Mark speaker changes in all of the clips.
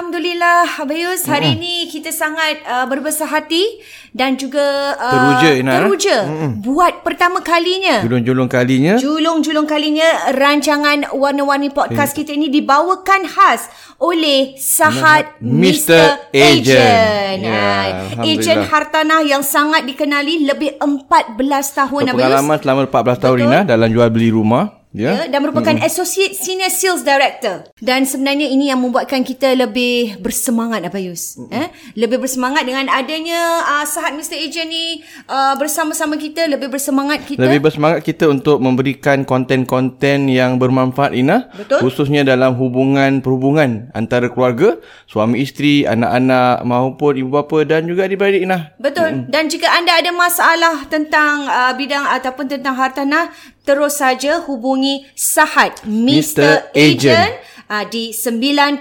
Speaker 1: Alhamdulillah Abang Yus hari
Speaker 2: Hmm.
Speaker 1: mm. ini kita sangat uh, berbesar hati dan juga uh,
Speaker 2: Teruja, Ina, eh?
Speaker 1: teruja buat pertama kalinya
Speaker 2: Ah. Julung-julung kalinya
Speaker 1: Julung-julung kalinya rancangan warna-warni podcast kita ini dibawakan khas oleh sahat Mr.
Speaker 2: Mr.
Speaker 1: Agent.
Speaker 2: Agent. Ya,
Speaker 1: Ah,
Speaker 2: Alhamdulillah.
Speaker 1: Agent hartanah yang sangat dikenali lebih 14 tahun Abang Yus.
Speaker 2: Pengalaman selama 14 tahun Rina dalam jual beli rumah
Speaker 1: Ya,
Speaker 2: ya.
Speaker 1: dan merupakan hmm. associate senior sales director. Dan sebenarnya ini yang membuatkan kita lebih bersemangat Abang Yus. Hmm. Eh? Lebih bersemangat dengan adanya uh, sahat Mr. Agent ni uh, bersama-sama kita lebih bersemangat kita.
Speaker 2: Lebih bersemangat kita untuk memberikan konten-konten yang bermanfaat Ina
Speaker 1: Betul.
Speaker 2: khususnya dalam hubungan perhubungan antara keluarga, suami isteri, anak-anak maupun ibu bapa dan juga adik-beradik Ina.
Speaker 1: Betul. Dan jika anda ada masalah tentang uh, bidang ataupun tentang hartanah, terus saja hubungi Sahat Mr.
Speaker 2: Mr.
Speaker 1: Agent
Speaker 2: Agent.
Speaker 1: uh, di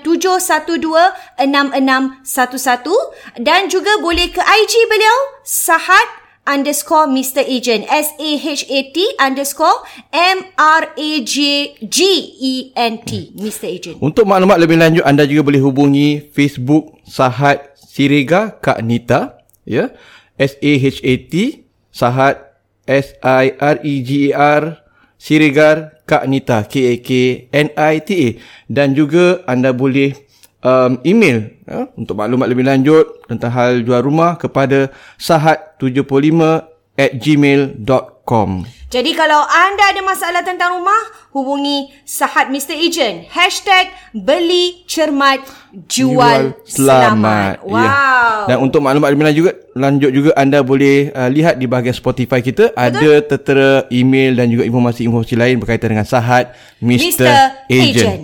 Speaker 1: 9712-6611 dan juga boleh ke IG beliau Sahat underscore Mr. Agent S-A-H-A-T underscore E M-R-A-J-G-E-N-T Mr. Agent.
Speaker 2: Untuk maklumat lebih lanjut anda juga boleh hubungi Facebook Sahat Sirega Kak Nita ya. S A H A T Sahat S I R E G E R Siregar Kak Nita K A K N I T A dan juga anda boleh um, email ya, untuk maklumat lebih lanjut tentang hal jual rumah kepada sahat75 at gmail.com
Speaker 1: Jadi kalau anda ada masalah tentang rumah, hubungi Sahat Mr. Agent. Hashtag beli cermat jual, selamat. Wow.
Speaker 2: Ya. Dan untuk maklumat lebih lanjut juga, lanjut juga anda boleh uh, lihat di bahagian Spotify kita Betul? ada tertera email dan juga informasi-informasi lain berkaitan dengan sahat Mr.
Speaker 1: Mr.
Speaker 2: Agent.
Speaker 1: Agent.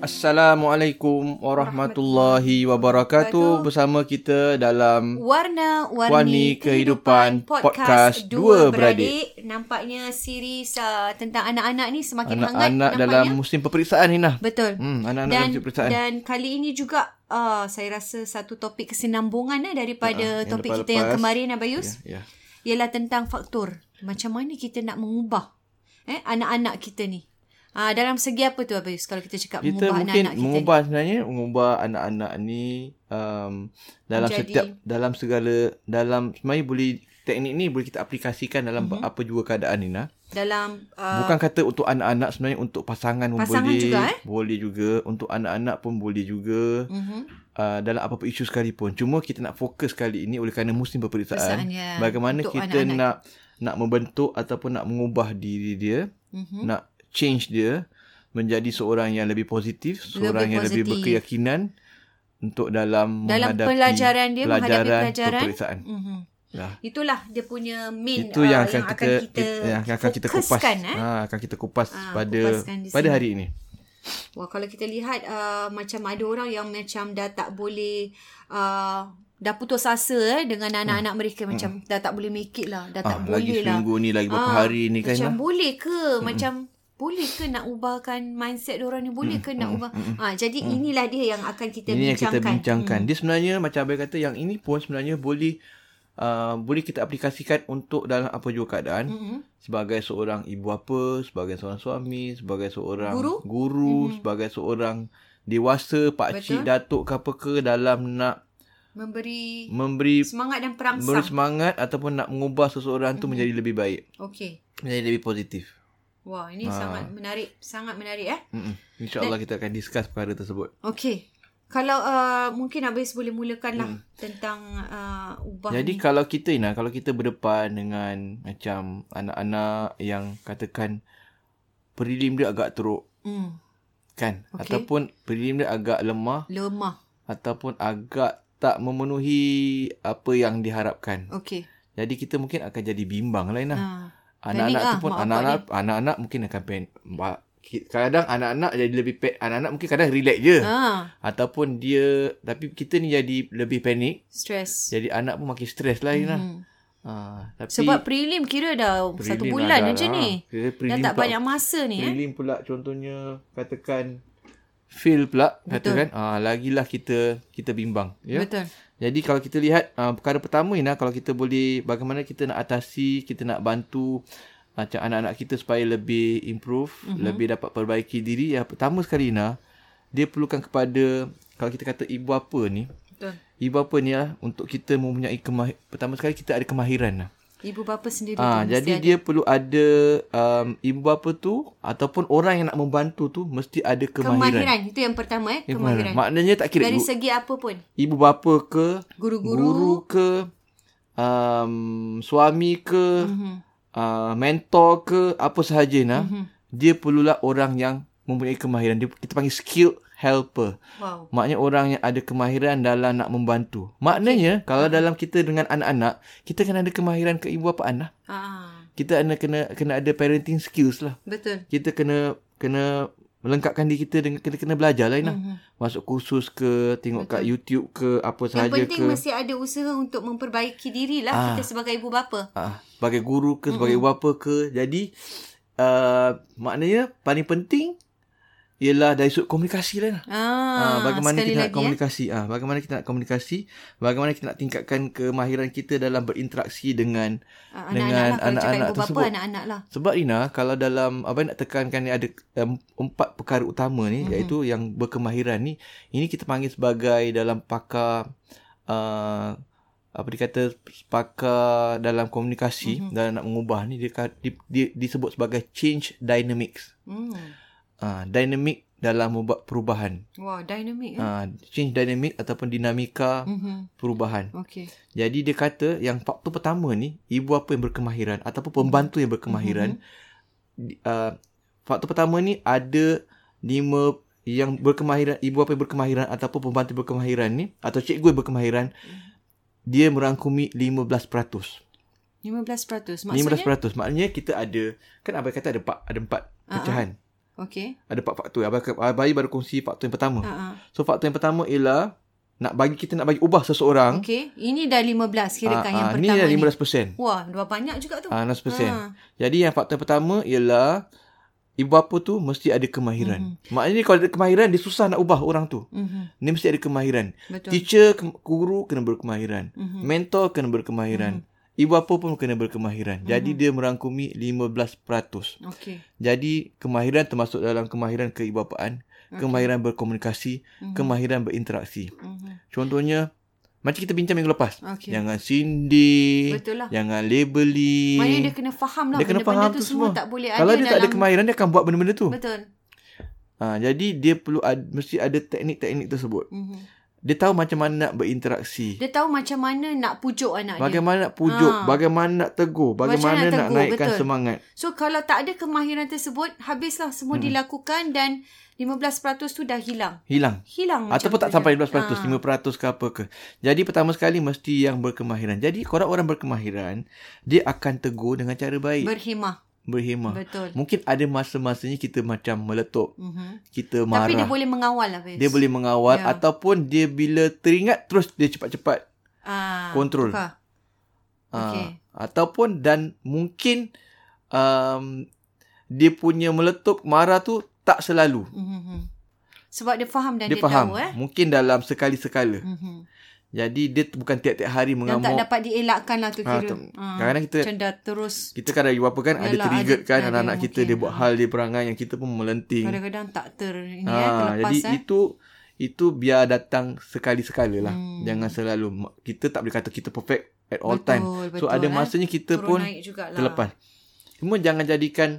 Speaker 2: Assalamualaikum warahmatullahi wabarakatuh. Bersama kita dalam
Speaker 1: Warna-warni
Speaker 2: Warni Kehidupan Podcast Dua Beradik.
Speaker 1: Nampaknya series uh, tentang anak-anak ni semakin hangat
Speaker 2: anak-anak
Speaker 1: nampaknya.
Speaker 2: dalam musim peperiksaan Hina.
Speaker 1: Betul.
Speaker 2: Hmm, anak-anak
Speaker 1: dan,
Speaker 2: dalam musim peperiksaan.
Speaker 1: dan kali ini juga uh, saya rasa satu topik kesinambungan eh, daripada
Speaker 2: Ah, yang
Speaker 1: topik kita yang
Speaker 2: lepas-lepas.
Speaker 1: kemarin Abayus.
Speaker 2: Ya, ya.
Speaker 1: ialah tentang faktor macam mana kita nak mengubah eh anak-anak kita ni. Ha, dalam segi apa tu Abayus kalau kita cakap mengubah
Speaker 2: kita mungkin
Speaker 1: anak-anak kita
Speaker 2: mengubah sebenarnya mengubah anak-anak ni um,
Speaker 1: Menjadi-
Speaker 2: dalam Menjadi... setiap dalam segala dalam sebenarnya boleh teknik ni boleh kita aplikasikan dalam
Speaker 1: Mhm.
Speaker 2: mm-hmm. apa jua keadaan Nina.
Speaker 1: ni dalam uh,
Speaker 2: Bukan kata untuk anak-anak sebenarnya untuk pasangan pun
Speaker 1: Pasangan
Speaker 2: boleh.
Speaker 1: juga, eh?
Speaker 2: Boleh juga untuk anak-anak pun boleh juga.
Speaker 1: Mhm.
Speaker 2: Uh, dalam apa-apa isu sekalipun. Cuma kita nak fokus kali ini oleh kerana musim
Speaker 1: Peperiksaan,
Speaker 2: peperiksaan.
Speaker 1: ya.
Speaker 2: Bagaimana
Speaker 1: Untuk
Speaker 2: kita
Speaker 1: anak-anak.
Speaker 2: nak nak membentuk ataupun nak mengubah diri dia
Speaker 1: mhm.
Speaker 2: nak change dia menjadi seorang yang lebih positif, seorang yang lebih
Speaker 1: positif.
Speaker 2: berkeyakinan untuk dalam
Speaker 1: dalam
Speaker 2: menghadapi
Speaker 1: pelajaran dia
Speaker 2: pelajaran
Speaker 1: menghadapi pelajaran.
Speaker 2: peperiksaan.
Speaker 1: Mhm.
Speaker 2: Dah.
Speaker 1: Itulah dia punya main uh,
Speaker 2: Itu yang akan kita, eh,
Speaker 1: kita
Speaker 2: yang akan kita kupas.
Speaker 1: fokuskan, eh.
Speaker 2: Ha, akan kita kupas
Speaker 1: Ah,
Speaker 2: pada
Speaker 1: kupaskan di
Speaker 2: pada
Speaker 1: sini.
Speaker 2: hari ini.
Speaker 1: Wah, kalau kita lihat uh, macam ada orang yang macam dah tak boleh uh, dah putus asa eh dengan anak-anak mereka macam dah tak boleh make it lah, dah tak
Speaker 2: Hmm. Ah, lagi
Speaker 1: boleh lah.
Speaker 2: seminggu ni lagi berapa hari ni kan.
Speaker 1: Macam
Speaker 2: Lah.
Speaker 1: boleh ke macam boleh ke nak ubahkan mindset orang ni boleh ke nak ubah. Ah jadi inilah dia yang akan kita
Speaker 2: Ini yang
Speaker 1: bincangkan. Hmm.
Speaker 2: kita bincangkan. Dia sebenarnya macam abang kata yang ini pun sebenarnya boleh uh, boleh kita aplikasikan untuk dalam apa juga keadaan.
Speaker 1: Mm-mm.
Speaker 2: sebagai seorang ibu apa, sebagai seorang suami, sebagai seorang
Speaker 1: Guru?
Speaker 2: guru mm-hmm. sebagai seorang dewasa,
Speaker 1: Betul.
Speaker 2: pakcik, datuk ke apa ke dalam nak
Speaker 1: Memberi
Speaker 2: memberi
Speaker 1: semangat dan perangsang.
Speaker 2: memberi semangat ataupun nak mengubah seseorang mm-hmm. tu menjadi lebih baik,
Speaker 1: Okey.
Speaker 2: menjadi lebih positif.
Speaker 1: Wah, ini
Speaker 2: Ah.
Speaker 1: sangat menarik, sangat menarik eh.
Speaker 2: Mm-mm. InsyaAllah kita akan discuss perkara tersebut.
Speaker 1: Okey. Kalau uh, mungkin Abis boleh mulakanlah tentang uh, ubah
Speaker 2: Mm. Jadi
Speaker 1: ni.
Speaker 2: kalau kita Ina, kalau kita berdepan dengan macam anak-anak yang katakan prelim dia agak teruk
Speaker 1: Hmm.
Speaker 2: kan
Speaker 1: Okey.
Speaker 2: ataupun prelim dia agak lemah
Speaker 1: Lemah.
Speaker 2: ataupun agak tak memenuhi apa yang diharapkan.
Speaker 1: Okey.
Speaker 2: Jadi kita mungkin akan jadi bimbang lah Inah.
Speaker 1: Ha.
Speaker 2: Anak-anak
Speaker 1: panic
Speaker 2: tu
Speaker 1: ah,
Speaker 2: pun
Speaker 1: mak
Speaker 2: anak-anak anak-anak mungkin akan pen ba- ki- kadang anak-anak jadi lebih pe, anak-anak mungkin kadang relax je
Speaker 1: Ha.
Speaker 2: ataupun dia tapi kita ni jadi lebih panik.
Speaker 1: Stress.
Speaker 2: Jadi anak pun makin stres lah Inah.
Speaker 1: Hmm.
Speaker 2: Ha, tapi
Speaker 1: Sebab prelim kira dah prelim satu
Speaker 2: Prelim
Speaker 1: bulan
Speaker 2: dah
Speaker 1: aja
Speaker 2: dah.
Speaker 1: ni.
Speaker 2: Kira
Speaker 1: Dah
Speaker 2: prelim
Speaker 1: tak
Speaker 2: pula.
Speaker 1: banyak masa ni eh.
Speaker 2: Prelim pula contohnya katakan fail pula katakan ah lagilah kita kita bimbang ya.
Speaker 1: Betul.
Speaker 2: Jadi kalau kita lihat ah, perkara pertama ni kalau kita boleh bagaimana kita nak atasi, kita nak bantu uh, macam anak-anak kita supaya lebih improve,
Speaker 1: Mhm.
Speaker 2: mm-hmm. lebih dapat perbaiki diri. Yang pertama sekali Ina, dia perlukan kepada kalau kita kata ibu apa ni?
Speaker 1: Betul.
Speaker 2: Ibu apa ni lah untuk kita mempunyai kemah pertama sekali kita ada kemahiran lah.
Speaker 1: Ibu bapa sendiri
Speaker 2: Ah,
Speaker 1: tu
Speaker 2: jadi
Speaker 1: mesti
Speaker 2: dia perlu ada um, ibu bapa tu ataupun orang yang nak membantu tu mesti ada kemahiran.
Speaker 1: kemahiran. Itu yang pertama eh,
Speaker 2: Ya,
Speaker 1: kemahiran.
Speaker 2: Maknanya tak kira
Speaker 1: Dari
Speaker 2: ibu,
Speaker 1: segi apa pun.
Speaker 2: ibu bapa ke,
Speaker 1: Guru-guru.
Speaker 2: guru ke, um, suami ke, uh, mentor ke, apa sahaja nah. Dia perlulah orang yang mempunyai kemahiran. Dia, kita panggil skilled helper.
Speaker 1: Wow.
Speaker 2: Maknanya orang yang ada kemahiran dalam nak membantu. Maknanya kalau dalam kita dengan anak-anak, kita kena ada kemahiran ke ibu bapa anak
Speaker 1: Ah,
Speaker 2: kita kena kena kena ada parenting skills lah.
Speaker 1: betul.
Speaker 2: Kita kena kena melengkapkan diri kita dengan kita kena belajar lain lah. Mm-hmm. Masuk kursus ke, tengok Betul. kat YouTube ke, apa
Speaker 1: Yang
Speaker 2: sahaja
Speaker 1: penting
Speaker 2: ke.
Speaker 1: mesti ada usaha untuk memperbaiki diri lah kita sebagai ibu bapa.
Speaker 2: Ah, sebagai guru ke, sebagai mm-hmm. apa ke. Jadi uh, maknanya paling penting ialah dari sudut komunikasi lah.
Speaker 1: Ah,
Speaker 2: Ah, bagaimana
Speaker 1: sekali
Speaker 2: kita nak
Speaker 1: lagi,
Speaker 2: komunikasi ah bagaimana kita nak komunikasi bagaimana kita nak tingkatkan kemahiran kita dalam berinteraksi dengan
Speaker 1: Ah, anak-anak lah.
Speaker 2: dengan
Speaker 1: Kalau cakap
Speaker 2: anak-anak
Speaker 1: ibu bapa,
Speaker 2: tersebut.
Speaker 1: anak-anak lah.
Speaker 2: Sebab Rina, kalau dalam Abang nak tekankan ni ada um, empat perkara utama ni mm-hmm. iaitu yang berkemahiran ni. Ini kita panggil sebagai dalam pakar uh, apa dikata pakar dalam komunikasi mm-hmm. dalam nak mengubah ni dia, ka- di, di, disebut sebagai change dynamics.
Speaker 1: Hmm.
Speaker 2: Uh, dynamic dalam membuat perubahan.
Speaker 1: Wah, dynamic. Eh?
Speaker 2: Uh, change dynamic ataupun dinamika
Speaker 1: Mhm.
Speaker 2: perubahan.
Speaker 1: Okey.
Speaker 2: Jadi dia kata yang faktor pertama ni ibu apa yang berkemahiran ataupun pembantu yang berkemahiran di- uh, faktor pertama ni ada lima yang berkemahiran ibu apa yang berkemahiran ataupun pembantu berkemahiran ni atau cikgu yang berkemahiran dia merangkumi 15%.
Speaker 1: 15%. Maksudnya?
Speaker 2: 15% maknanya kita ada kan abai kata ada empat ada empat pecahan.
Speaker 1: Ah, Okey.
Speaker 2: Ada empat faktor. Abai, abai baru kongsi faktor yang pertama.
Speaker 1: Ah, ah.
Speaker 2: So faktor yang pertama ialah nak bagi kita nak bagi ubah seseorang
Speaker 1: Okey. Ini dah 15 kirakan
Speaker 2: ah,
Speaker 1: yang
Speaker 2: ah,
Speaker 1: pertama ni.
Speaker 2: ni dah 15%.
Speaker 1: Wah, dah banyak juga tu.
Speaker 2: Ah, 16%.
Speaker 1: Ah.
Speaker 2: Jadi yang faktor pertama ialah ibu bapa tu mesti ada kemahiran.
Speaker 1: Hmm.
Speaker 2: Mm-hmm. Maknanya kalau ada kemahiran dia susah nak ubah orang tu.
Speaker 1: Mhm.
Speaker 2: Dia mesti ada kemahiran.
Speaker 1: Betul. Hmm. Mhm.
Speaker 2: Teacher, ke- guru kena berkemahiran. Mm-hmm. Mentor kena berkemahiran. Mm-hmm. Ibu bapa pun kena berkemahiran. Mm-hmm.
Speaker 1: Hmm.
Speaker 2: Jadi dia merangkumi 15%.
Speaker 1: Okey.
Speaker 2: Jadi kemahiran termasuk dalam kemahiran keibapaan, kemahiran berkomunikasi,
Speaker 1: Hmm.
Speaker 2: kemahiran berinteraksi.
Speaker 1: Mhm.
Speaker 2: Contohnya macam kita bincang minggu lepas.
Speaker 1: Okey.
Speaker 2: Jangan sindir,
Speaker 1: Betul lah.
Speaker 2: jangan labeling.
Speaker 1: Maknanya dia kena faham lah
Speaker 2: Dia kena
Speaker 1: benda-benda
Speaker 2: faham
Speaker 1: tu
Speaker 2: tu
Speaker 1: semua
Speaker 2: semua.
Speaker 1: tak boleh
Speaker 2: Kalau
Speaker 1: ada
Speaker 2: dia
Speaker 1: dalam
Speaker 2: tak ada kemahiran dia akan buat benda-benda tu.
Speaker 1: Betul.
Speaker 2: Ha, jadi dia perlu ad, mesti ada teknik-teknik tersebut.
Speaker 1: Mhm.
Speaker 2: Dia tahu macam mana nak berinteraksi.
Speaker 1: Dia tahu macam mana nak pujuk anak dia.
Speaker 2: Bagaimana nak pujuk,
Speaker 1: Ya, Ha.
Speaker 2: bagaimana nak tegur, bagaimana
Speaker 1: nak
Speaker 2: nak,
Speaker 1: tegur,
Speaker 2: naikkan
Speaker 1: betul.
Speaker 2: semangat.
Speaker 1: So kalau tak ada kemahiran tersebut, habislah semua
Speaker 2: Mhm.
Speaker 1: hmm. dilakukan dan 15% tu dah hilang.
Speaker 2: Hilang.
Speaker 1: Hilang macam
Speaker 2: Ataupun
Speaker 1: tu
Speaker 2: tak
Speaker 1: je. Ah, Ha.
Speaker 2: sampai 12%, 5% ke apa ke. Jadi pertama sekali mesti yang berkemahiran. Jadi korang orang berkemahiran, dia akan tegur dengan cara baik,
Speaker 1: Berhemah.
Speaker 2: berhemah.
Speaker 1: Betul.
Speaker 2: Mungkin ada masa-masanya kita macam meletup,
Speaker 1: Mhm.
Speaker 2: kita marah.
Speaker 1: Tapi dia boleh mengawal lah. Fiz.
Speaker 2: dia boleh mengawal
Speaker 1: Ya.
Speaker 2: ataupun dia bila teringat terus dia cepat-cepat
Speaker 1: ah,
Speaker 2: kontrol. Ah.
Speaker 1: tukar. Okey.
Speaker 2: Okay. ataupun dan mungkin um, dia punya meletup marah tu tak selalu.
Speaker 1: Mhm. Sebab dia faham dan
Speaker 2: Dia,
Speaker 1: dia,
Speaker 2: faham.
Speaker 1: tahu eh.
Speaker 2: Mungkin dalam sekali-sekala.
Speaker 1: Mhm.
Speaker 2: Jadi dia tu bukan tiap-tiap hari
Speaker 1: Yang tak
Speaker 2: mengamuk.
Speaker 1: dapat dielakkan lah tu
Speaker 2: Ah,
Speaker 1: kira.
Speaker 2: tu-
Speaker 1: Ah,
Speaker 2: kadang-kadang kita-
Speaker 1: Macam dah terus
Speaker 2: Kita kan ada ibu apa kan ada
Speaker 1: Yalah,
Speaker 2: triggered
Speaker 1: ada-
Speaker 2: kan
Speaker 1: ada,
Speaker 2: anak-anak kita
Speaker 1: mungkin.
Speaker 2: dia buat hal dia perangai yang kita pun melenting.
Speaker 1: kadang-kadang tak ter ini eh,
Speaker 2: Ha,
Speaker 1: terlepas
Speaker 2: jadi
Speaker 1: eh.
Speaker 2: itu itu biar datang sekali-sekala lah. Jangan selalu. Kita tak boleh kata kita perfect at all
Speaker 1: Hmm. Betul,
Speaker 2: time. so
Speaker 1: betul,
Speaker 2: ada
Speaker 1: eh.
Speaker 2: masanya kita
Speaker 1: Turun
Speaker 2: pun
Speaker 1: naik jugalah.
Speaker 2: terlepas. Cuma jangan jadikan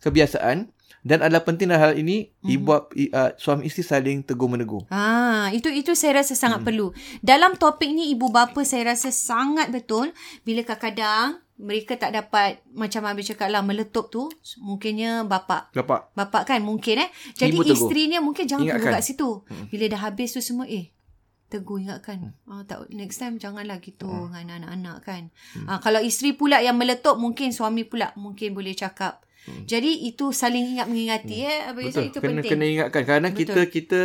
Speaker 2: kebiasaan dan adalah penting dalam hal ini
Speaker 1: Mhm.
Speaker 2: mm-hmm. ibu i, uh, suami isteri saling tegur menegur.
Speaker 1: Ah, itu itu saya rasa sangat hmm. perlu. Dalam topik ni ibu bapa saya rasa sangat betul bila kadang-kadang mereka tak dapat macam habis cakap lah meletup tu mungkinnya bapa
Speaker 2: Nampak?
Speaker 1: Bapak kan mungkin eh. Jadi
Speaker 2: Ibu
Speaker 1: Ibu
Speaker 2: tegur.
Speaker 1: isterinya mungkin jangan
Speaker 2: Ingatkan. Hmm.
Speaker 1: tegur kat situ. Bila dah habis tu semua eh tegur ingatkan. Ah tak next time janganlah gitu
Speaker 2: Hmm.
Speaker 1: dengan anak-anak kan. Ah kalau isteri pula yang meletup mungkin suami pula mungkin boleh cakap. Jadi itu saling ingat mengingati eh Abang Yusuf
Speaker 2: Hmm. Betul.
Speaker 1: itu
Speaker 2: Kena
Speaker 1: penting.
Speaker 2: kena ingatkan kerana kita kita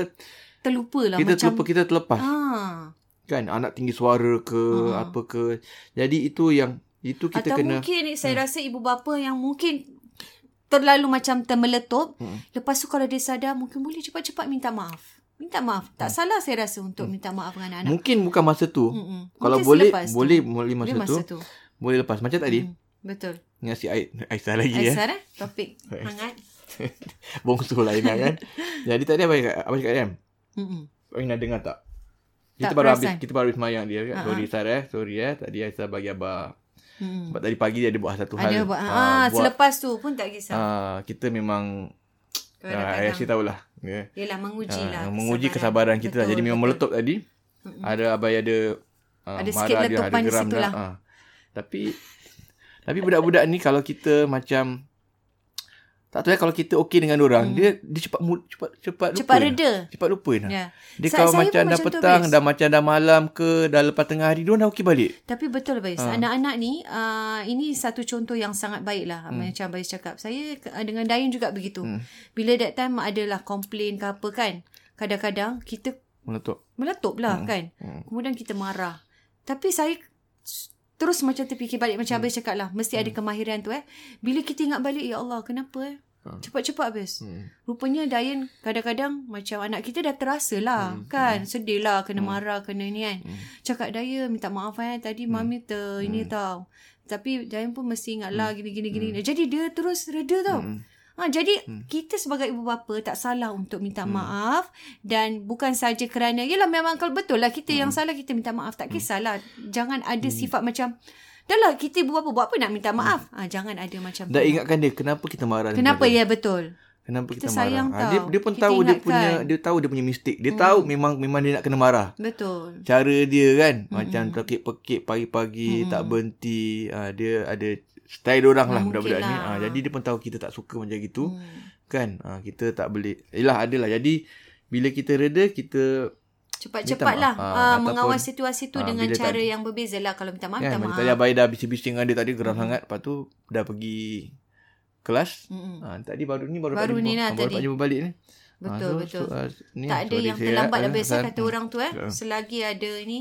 Speaker 1: Terlupalah
Speaker 2: kita
Speaker 1: macam
Speaker 2: terlupa kita terlepas.
Speaker 1: ah
Speaker 2: kan anak tinggi suara ke apa ke. Jadi itu yang itu kita
Speaker 1: Atau
Speaker 2: kena Hmm.
Speaker 1: mungkin saya rasa ibu bapa yang mungkin terlalu macam termeletup. Hmm. Lepas tu kalau dia sadar mungkin boleh cepat-cepat minta maaf. Minta maaf.
Speaker 2: Hmm.
Speaker 1: Tak salah saya rasa untuk minta maaf dengan anak.
Speaker 2: mungkin bukan masa tu.
Speaker 1: Mm-mm.
Speaker 2: Kalau
Speaker 1: Hmm. Mungkin
Speaker 2: boleh
Speaker 1: selepas tu.
Speaker 2: boleh boleh masa,
Speaker 1: Boleh
Speaker 2: tu,
Speaker 1: masa tu.
Speaker 2: Boleh lepas macam tadi
Speaker 1: Hmm. Betul.
Speaker 2: dengan si Ait, Aisyah lagi ya.
Speaker 1: Aisyah, eh? topik hangat.
Speaker 2: Bongsu lah Ina kan. Jadi tadi apa cakap, apa cakap kan?
Speaker 1: Mm-mm.
Speaker 2: Ina dengar tak? Kita
Speaker 1: Tak
Speaker 2: baru
Speaker 1: perasan.
Speaker 2: habis kita baru habis mayang dia kan. Sorry Sar eh. Sorry eh. Tadi Aisyah bagi abah.
Speaker 1: Mm-mm.
Speaker 2: Sebab tadi pagi dia ada buat satu hal.
Speaker 1: Hmm. Ada buat.
Speaker 2: Ah,
Speaker 1: Ah,
Speaker 2: buat-
Speaker 1: selepas tu pun tak kisah.
Speaker 2: ah, kita memang ah,
Speaker 1: Kadang-kadang.
Speaker 2: Aisyah tahulah. Ya.
Speaker 1: Yelah menguji lah.
Speaker 2: Ah, menguji kesabaran kita lah.
Speaker 1: Betul,
Speaker 2: Jadi memang
Speaker 1: betul.
Speaker 2: meletup tadi. Ada abai ada ah,
Speaker 1: Ada sikit
Speaker 2: marah
Speaker 1: letupan di situ lah.
Speaker 2: ah. Tapi tapi budak-budak ni kalau kita macam tak tahu ya kalau kita okey dengan orang, dia dia cepat mu- cepat cepat lupa.
Speaker 1: Hmm. Cepat
Speaker 2: dah.
Speaker 1: reda.
Speaker 2: Cepat lupa dah.
Speaker 1: Ya.
Speaker 2: Dia
Speaker 1: Sa- saya
Speaker 2: kalau
Speaker 1: pun
Speaker 2: macam dah
Speaker 1: macam tu,
Speaker 2: petang,
Speaker 1: Fiz.
Speaker 2: dah macam dah malam ke, dah lepas tengah hari, dia orang dah okey balik.
Speaker 1: Tapi betul Bayus.
Speaker 2: Ah.
Speaker 1: Anak-anak ni uh, ini satu contoh yang sangat baik lah. Hmm. Macam Bayus cakap. Saya ke- ah, dengan Dayun juga begitu. Hmm. Bila that time adalah komplain ke apa kan. Kadang-kadang kita
Speaker 2: Meletup.
Speaker 1: meletup lah hmm. kan. Hmm. Kemudian kita marah. Tapi saya s- terus macam terfikir balik macam hmm. Abis cakap lah. Mesti hmm. ada kemahiran tu eh. Bila kita ingat balik, ya Allah kenapa eh. Cepat-cepat Abis. Hmm. Rupanya Dayan kadang-kadang macam anak kita dah terasa lah hmm. kan. Sedih lah kena hmm. marah kena ni kan. Hmm. Cakap Dayan minta maaf eh tadi hmm. mami ter ini tau. Tapi Dayan pun mesti ingat lah gini-gini. gini. gini. Jadi dia terus reda tau. Hmm. Ha, jadi hmm. kita sebagai ibu bapa tak salah untuk minta hmm. maaf dan bukan saja kerana yalah memang kalau betul lah kita hmm. yang salah kita minta maaf tak kisahlah jangan ada hmm. sifat macam dah lah kita ibu bapa buat apa nak minta maaf ha, jangan ada macam
Speaker 2: Hmm. Dah
Speaker 1: tu.
Speaker 2: ingatkan dia kenapa kita marah. dengan
Speaker 1: kenapa
Speaker 2: dia.
Speaker 1: ya betul
Speaker 2: Kenapa kita,
Speaker 1: Kita
Speaker 2: marah?
Speaker 1: sayang
Speaker 2: Ah,
Speaker 1: tau.
Speaker 2: Dia, dia pun
Speaker 1: Kita
Speaker 2: tahu dia
Speaker 1: ingatkan. Hmm.
Speaker 2: punya dia tahu dia punya mistake. Dia tahu memang memang dia nak kena marah.
Speaker 1: betul
Speaker 2: Cara dia kan
Speaker 1: Hmm.
Speaker 2: macam terkekit-pekit pagi-pagi tak berhenti. Ah, dia ada style dia orang lah budak-budak ni. Ah, jadi dia pun tahu kita tak suka macam gitu.
Speaker 1: Hmm.
Speaker 2: Kan? Ah, kita tak boleh. Yalah adalah. Jadi bila kita reda kita
Speaker 1: cepat-cepat
Speaker 2: Minta
Speaker 1: lah ha,
Speaker 2: maaf. Ah, ataupun-
Speaker 1: mengawal situasi tu
Speaker 2: ah,
Speaker 1: dengan
Speaker 2: bila tak
Speaker 1: cara yang berbeza lah kalau minta maaf
Speaker 2: kan
Speaker 1: minta
Speaker 2: macam
Speaker 1: maaf
Speaker 2: tadi abai dah bising-bising dengan dia tadi geram sangat. Lepas tu dah pergi kelas.
Speaker 1: Hmm,
Speaker 2: Ah, tadi baru ni baru, dapat
Speaker 1: Baru ni
Speaker 2: jumpa.
Speaker 1: lah
Speaker 2: Ah, baru
Speaker 1: tadi.
Speaker 2: dapat jumpa balik ni.
Speaker 1: Betul,
Speaker 2: Ah,
Speaker 1: betul.
Speaker 2: ah, ni,
Speaker 1: tak ada
Speaker 2: sorry
Speaker 1: yang
Speaker 2: saya, Ya.
Speaker 1: terlambat
Speaker 2: ah,
Speaker 1: dah biasa
Speaker 2: pasal-
Speaker 1: kata orang tu eh selagi ada ni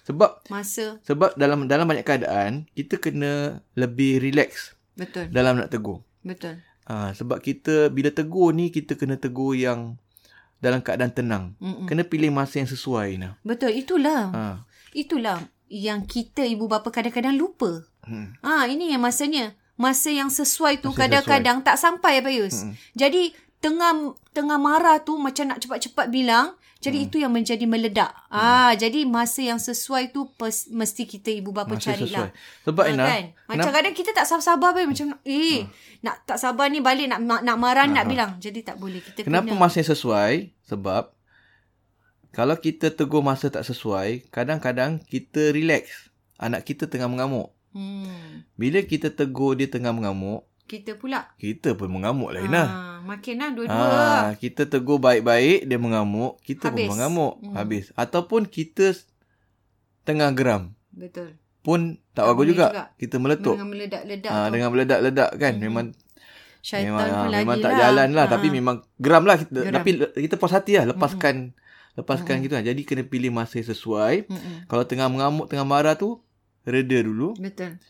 Speaker 2: Sebab
Speaker 1: masa
Speaker 2: Sebab dalam dalam banyak keadaan kita kena lebih relax
Speaker 1: betul
Speaker 2: dalam nak tegur.
Speaker 1: betul
Speaker 2: Ha, sebab kita bila tegur ni kita kena tegur yang dalam keadaan tenang.
Speaker 1: Mm-mm.
Speaker 2: Kena pilih masa yang sesuai nah.
Speaker 1: betul itulah
Speaker 2: Ha.
Speaker 1: Itulah yang kita ibu bapa kadang-kadang lupa.
Speaker 2: Hmm.
Speaker 1: Ha, ini yang masanya. Masa yang sesuai tu kadang-kadang tak sampai Bayus. Hmm. Jadi tengah tengah marah tu macam nak cepat-cepat bilang. Jadi hmm. itu yang menjadi meledak. Ah, jadi masa yang sesuai tu pes, mesti kita ibu bapa
Speaker 2: Masa
Speaker 1: carilah.
Speaker 2: sesuai. Sebab
Speaker 1: Ha,
Speaker 2: Ina, Mm.
Speaker 1: kan? Macam kadang kita tak sabar-sabar Bayus. Macam eh nak tak sabar ni balik nak nak, nak marah nak bilang. Jadi tak boleh. Kita
Speaker 2: kenapa
Speaker 1: kena.
Speaker 2: masa yang sesuai? Sebab kalau kita tegur masa tak sesuai, kadang-kadang kita relax. Anak kita tengah mengamuk.
Speaker 1: Hmm.
Speaker 2: Bila kita tegur dia tengah mengamuk,
Speaker 1: Kita pula.
Speaker 2: kita pun mengamuk lah Ina.
Speaker 1: Ha, makinlah dua-dua.
Speaker 2: Ah, kita tegur baik-baik dia mengamuk, kita
Speaker 1: Habis.
Speaker 2: pun mengamuk, hmm. habis. Ataupun kita s- tengah geram
Speaker 1: Betul.
Speaker 2: pun
Speaker 1: Tak
Speaker 2: tak bagus
Speaker 1: boleh
Speaker 2: juga.
Speaker 1: juga.
Speaker 2: juga. Kita meletup.
Speaker 1: Dengan meledak-ledak
Speaker 2: Ah,
Speaker 1: tu.
Speaker 2: dengan meledak-ledak kan. Hmm. Memang
Speaker 1: Syaitan
Speaker 2: memang
Speaker 1: pun
Speaker 2: ah,
Speaker 1: lagi
Speaker 2: memang tak
Speaker 1: lah.
Speaker 2: jalan lah
Speaker 1: Ah,
Speaker 2: tapi memang geram lah kita,
Speaker 1: Geram. Mm-hmm.
Speaker 2: tapi le- kita puas hati lah lepaskan lepaskan gitu lah. Jadi kena pilih masa yang sesuai.
Speaker 1: Mm-mm.
Speaker 2: Kalau tengah mengamuk, tengah marah tu reda dulu.
Speaker 1: Betul.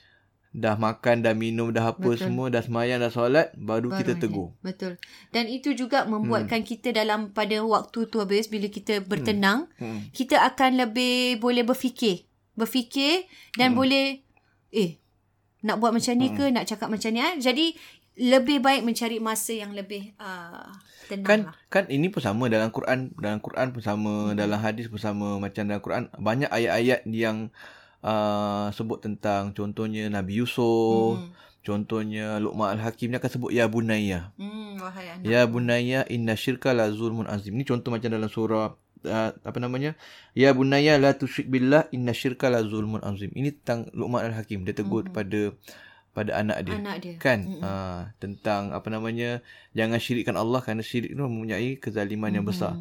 Speaker 2: Dah makan, dah minum, dah apa
Speaker 1: Betul.
Speaker 2: semua, dah semayang, dah solat, baru,
Speaker 1: Baru
Speaker 2: kita
Speaker 1: ni.
Speaker 2: tegur. Hmm.
Speaker 1: Betul. Dan itu juga membuatkan kita dalam pada waktu tu habis bila kita bertenang,
Speaker 2: Hmm.
Speaker 1: kita akan lebih boleh berfikir. Berfikir
Speaker 2: Hmm.
Speaker 1: dan boleh eh nak buat macam ni ke, nak cakap macam ni eh. Jadi lebih baik mencari masa yang lebih uh, tenang
Speaker 2: kan
Speaker 1: lah.
Speaker 2: kan ini pun sama dalam Quran dalam Quran pun sama hmm.
Speaker 1: Mm-hmm.
Speaker 2: dalam hadis pun sama macam dalam Quran banyak ayat-ayat yang uh, sebut tentang contohnya Nabi
Speaker 1: Mm-hmm.
Speaker 2: Yusuf hmm. contohnya Luqman al-Hakim dia akan sebut ya bunayya
Speaker 1: Hmm, wahai anak.
Speaker 2: ya bunayya inna syirka la zulmun azim ni contoh macam dalam surah uh, apa namanya ya bunayya la tusyrik billah inna syirka la zulmun azim ini tentang Luqman al-Hakim dia tegur hmm. pada pada anak dia
Speaker 1: Anak dia. Hmm.
Speaker 2: kan uh, tentang apa namanya jangan syirikkan Allah kerana syirik tu mempunyai
Speaker 1: Hmm.
Speaker 2: kezaliman yang besar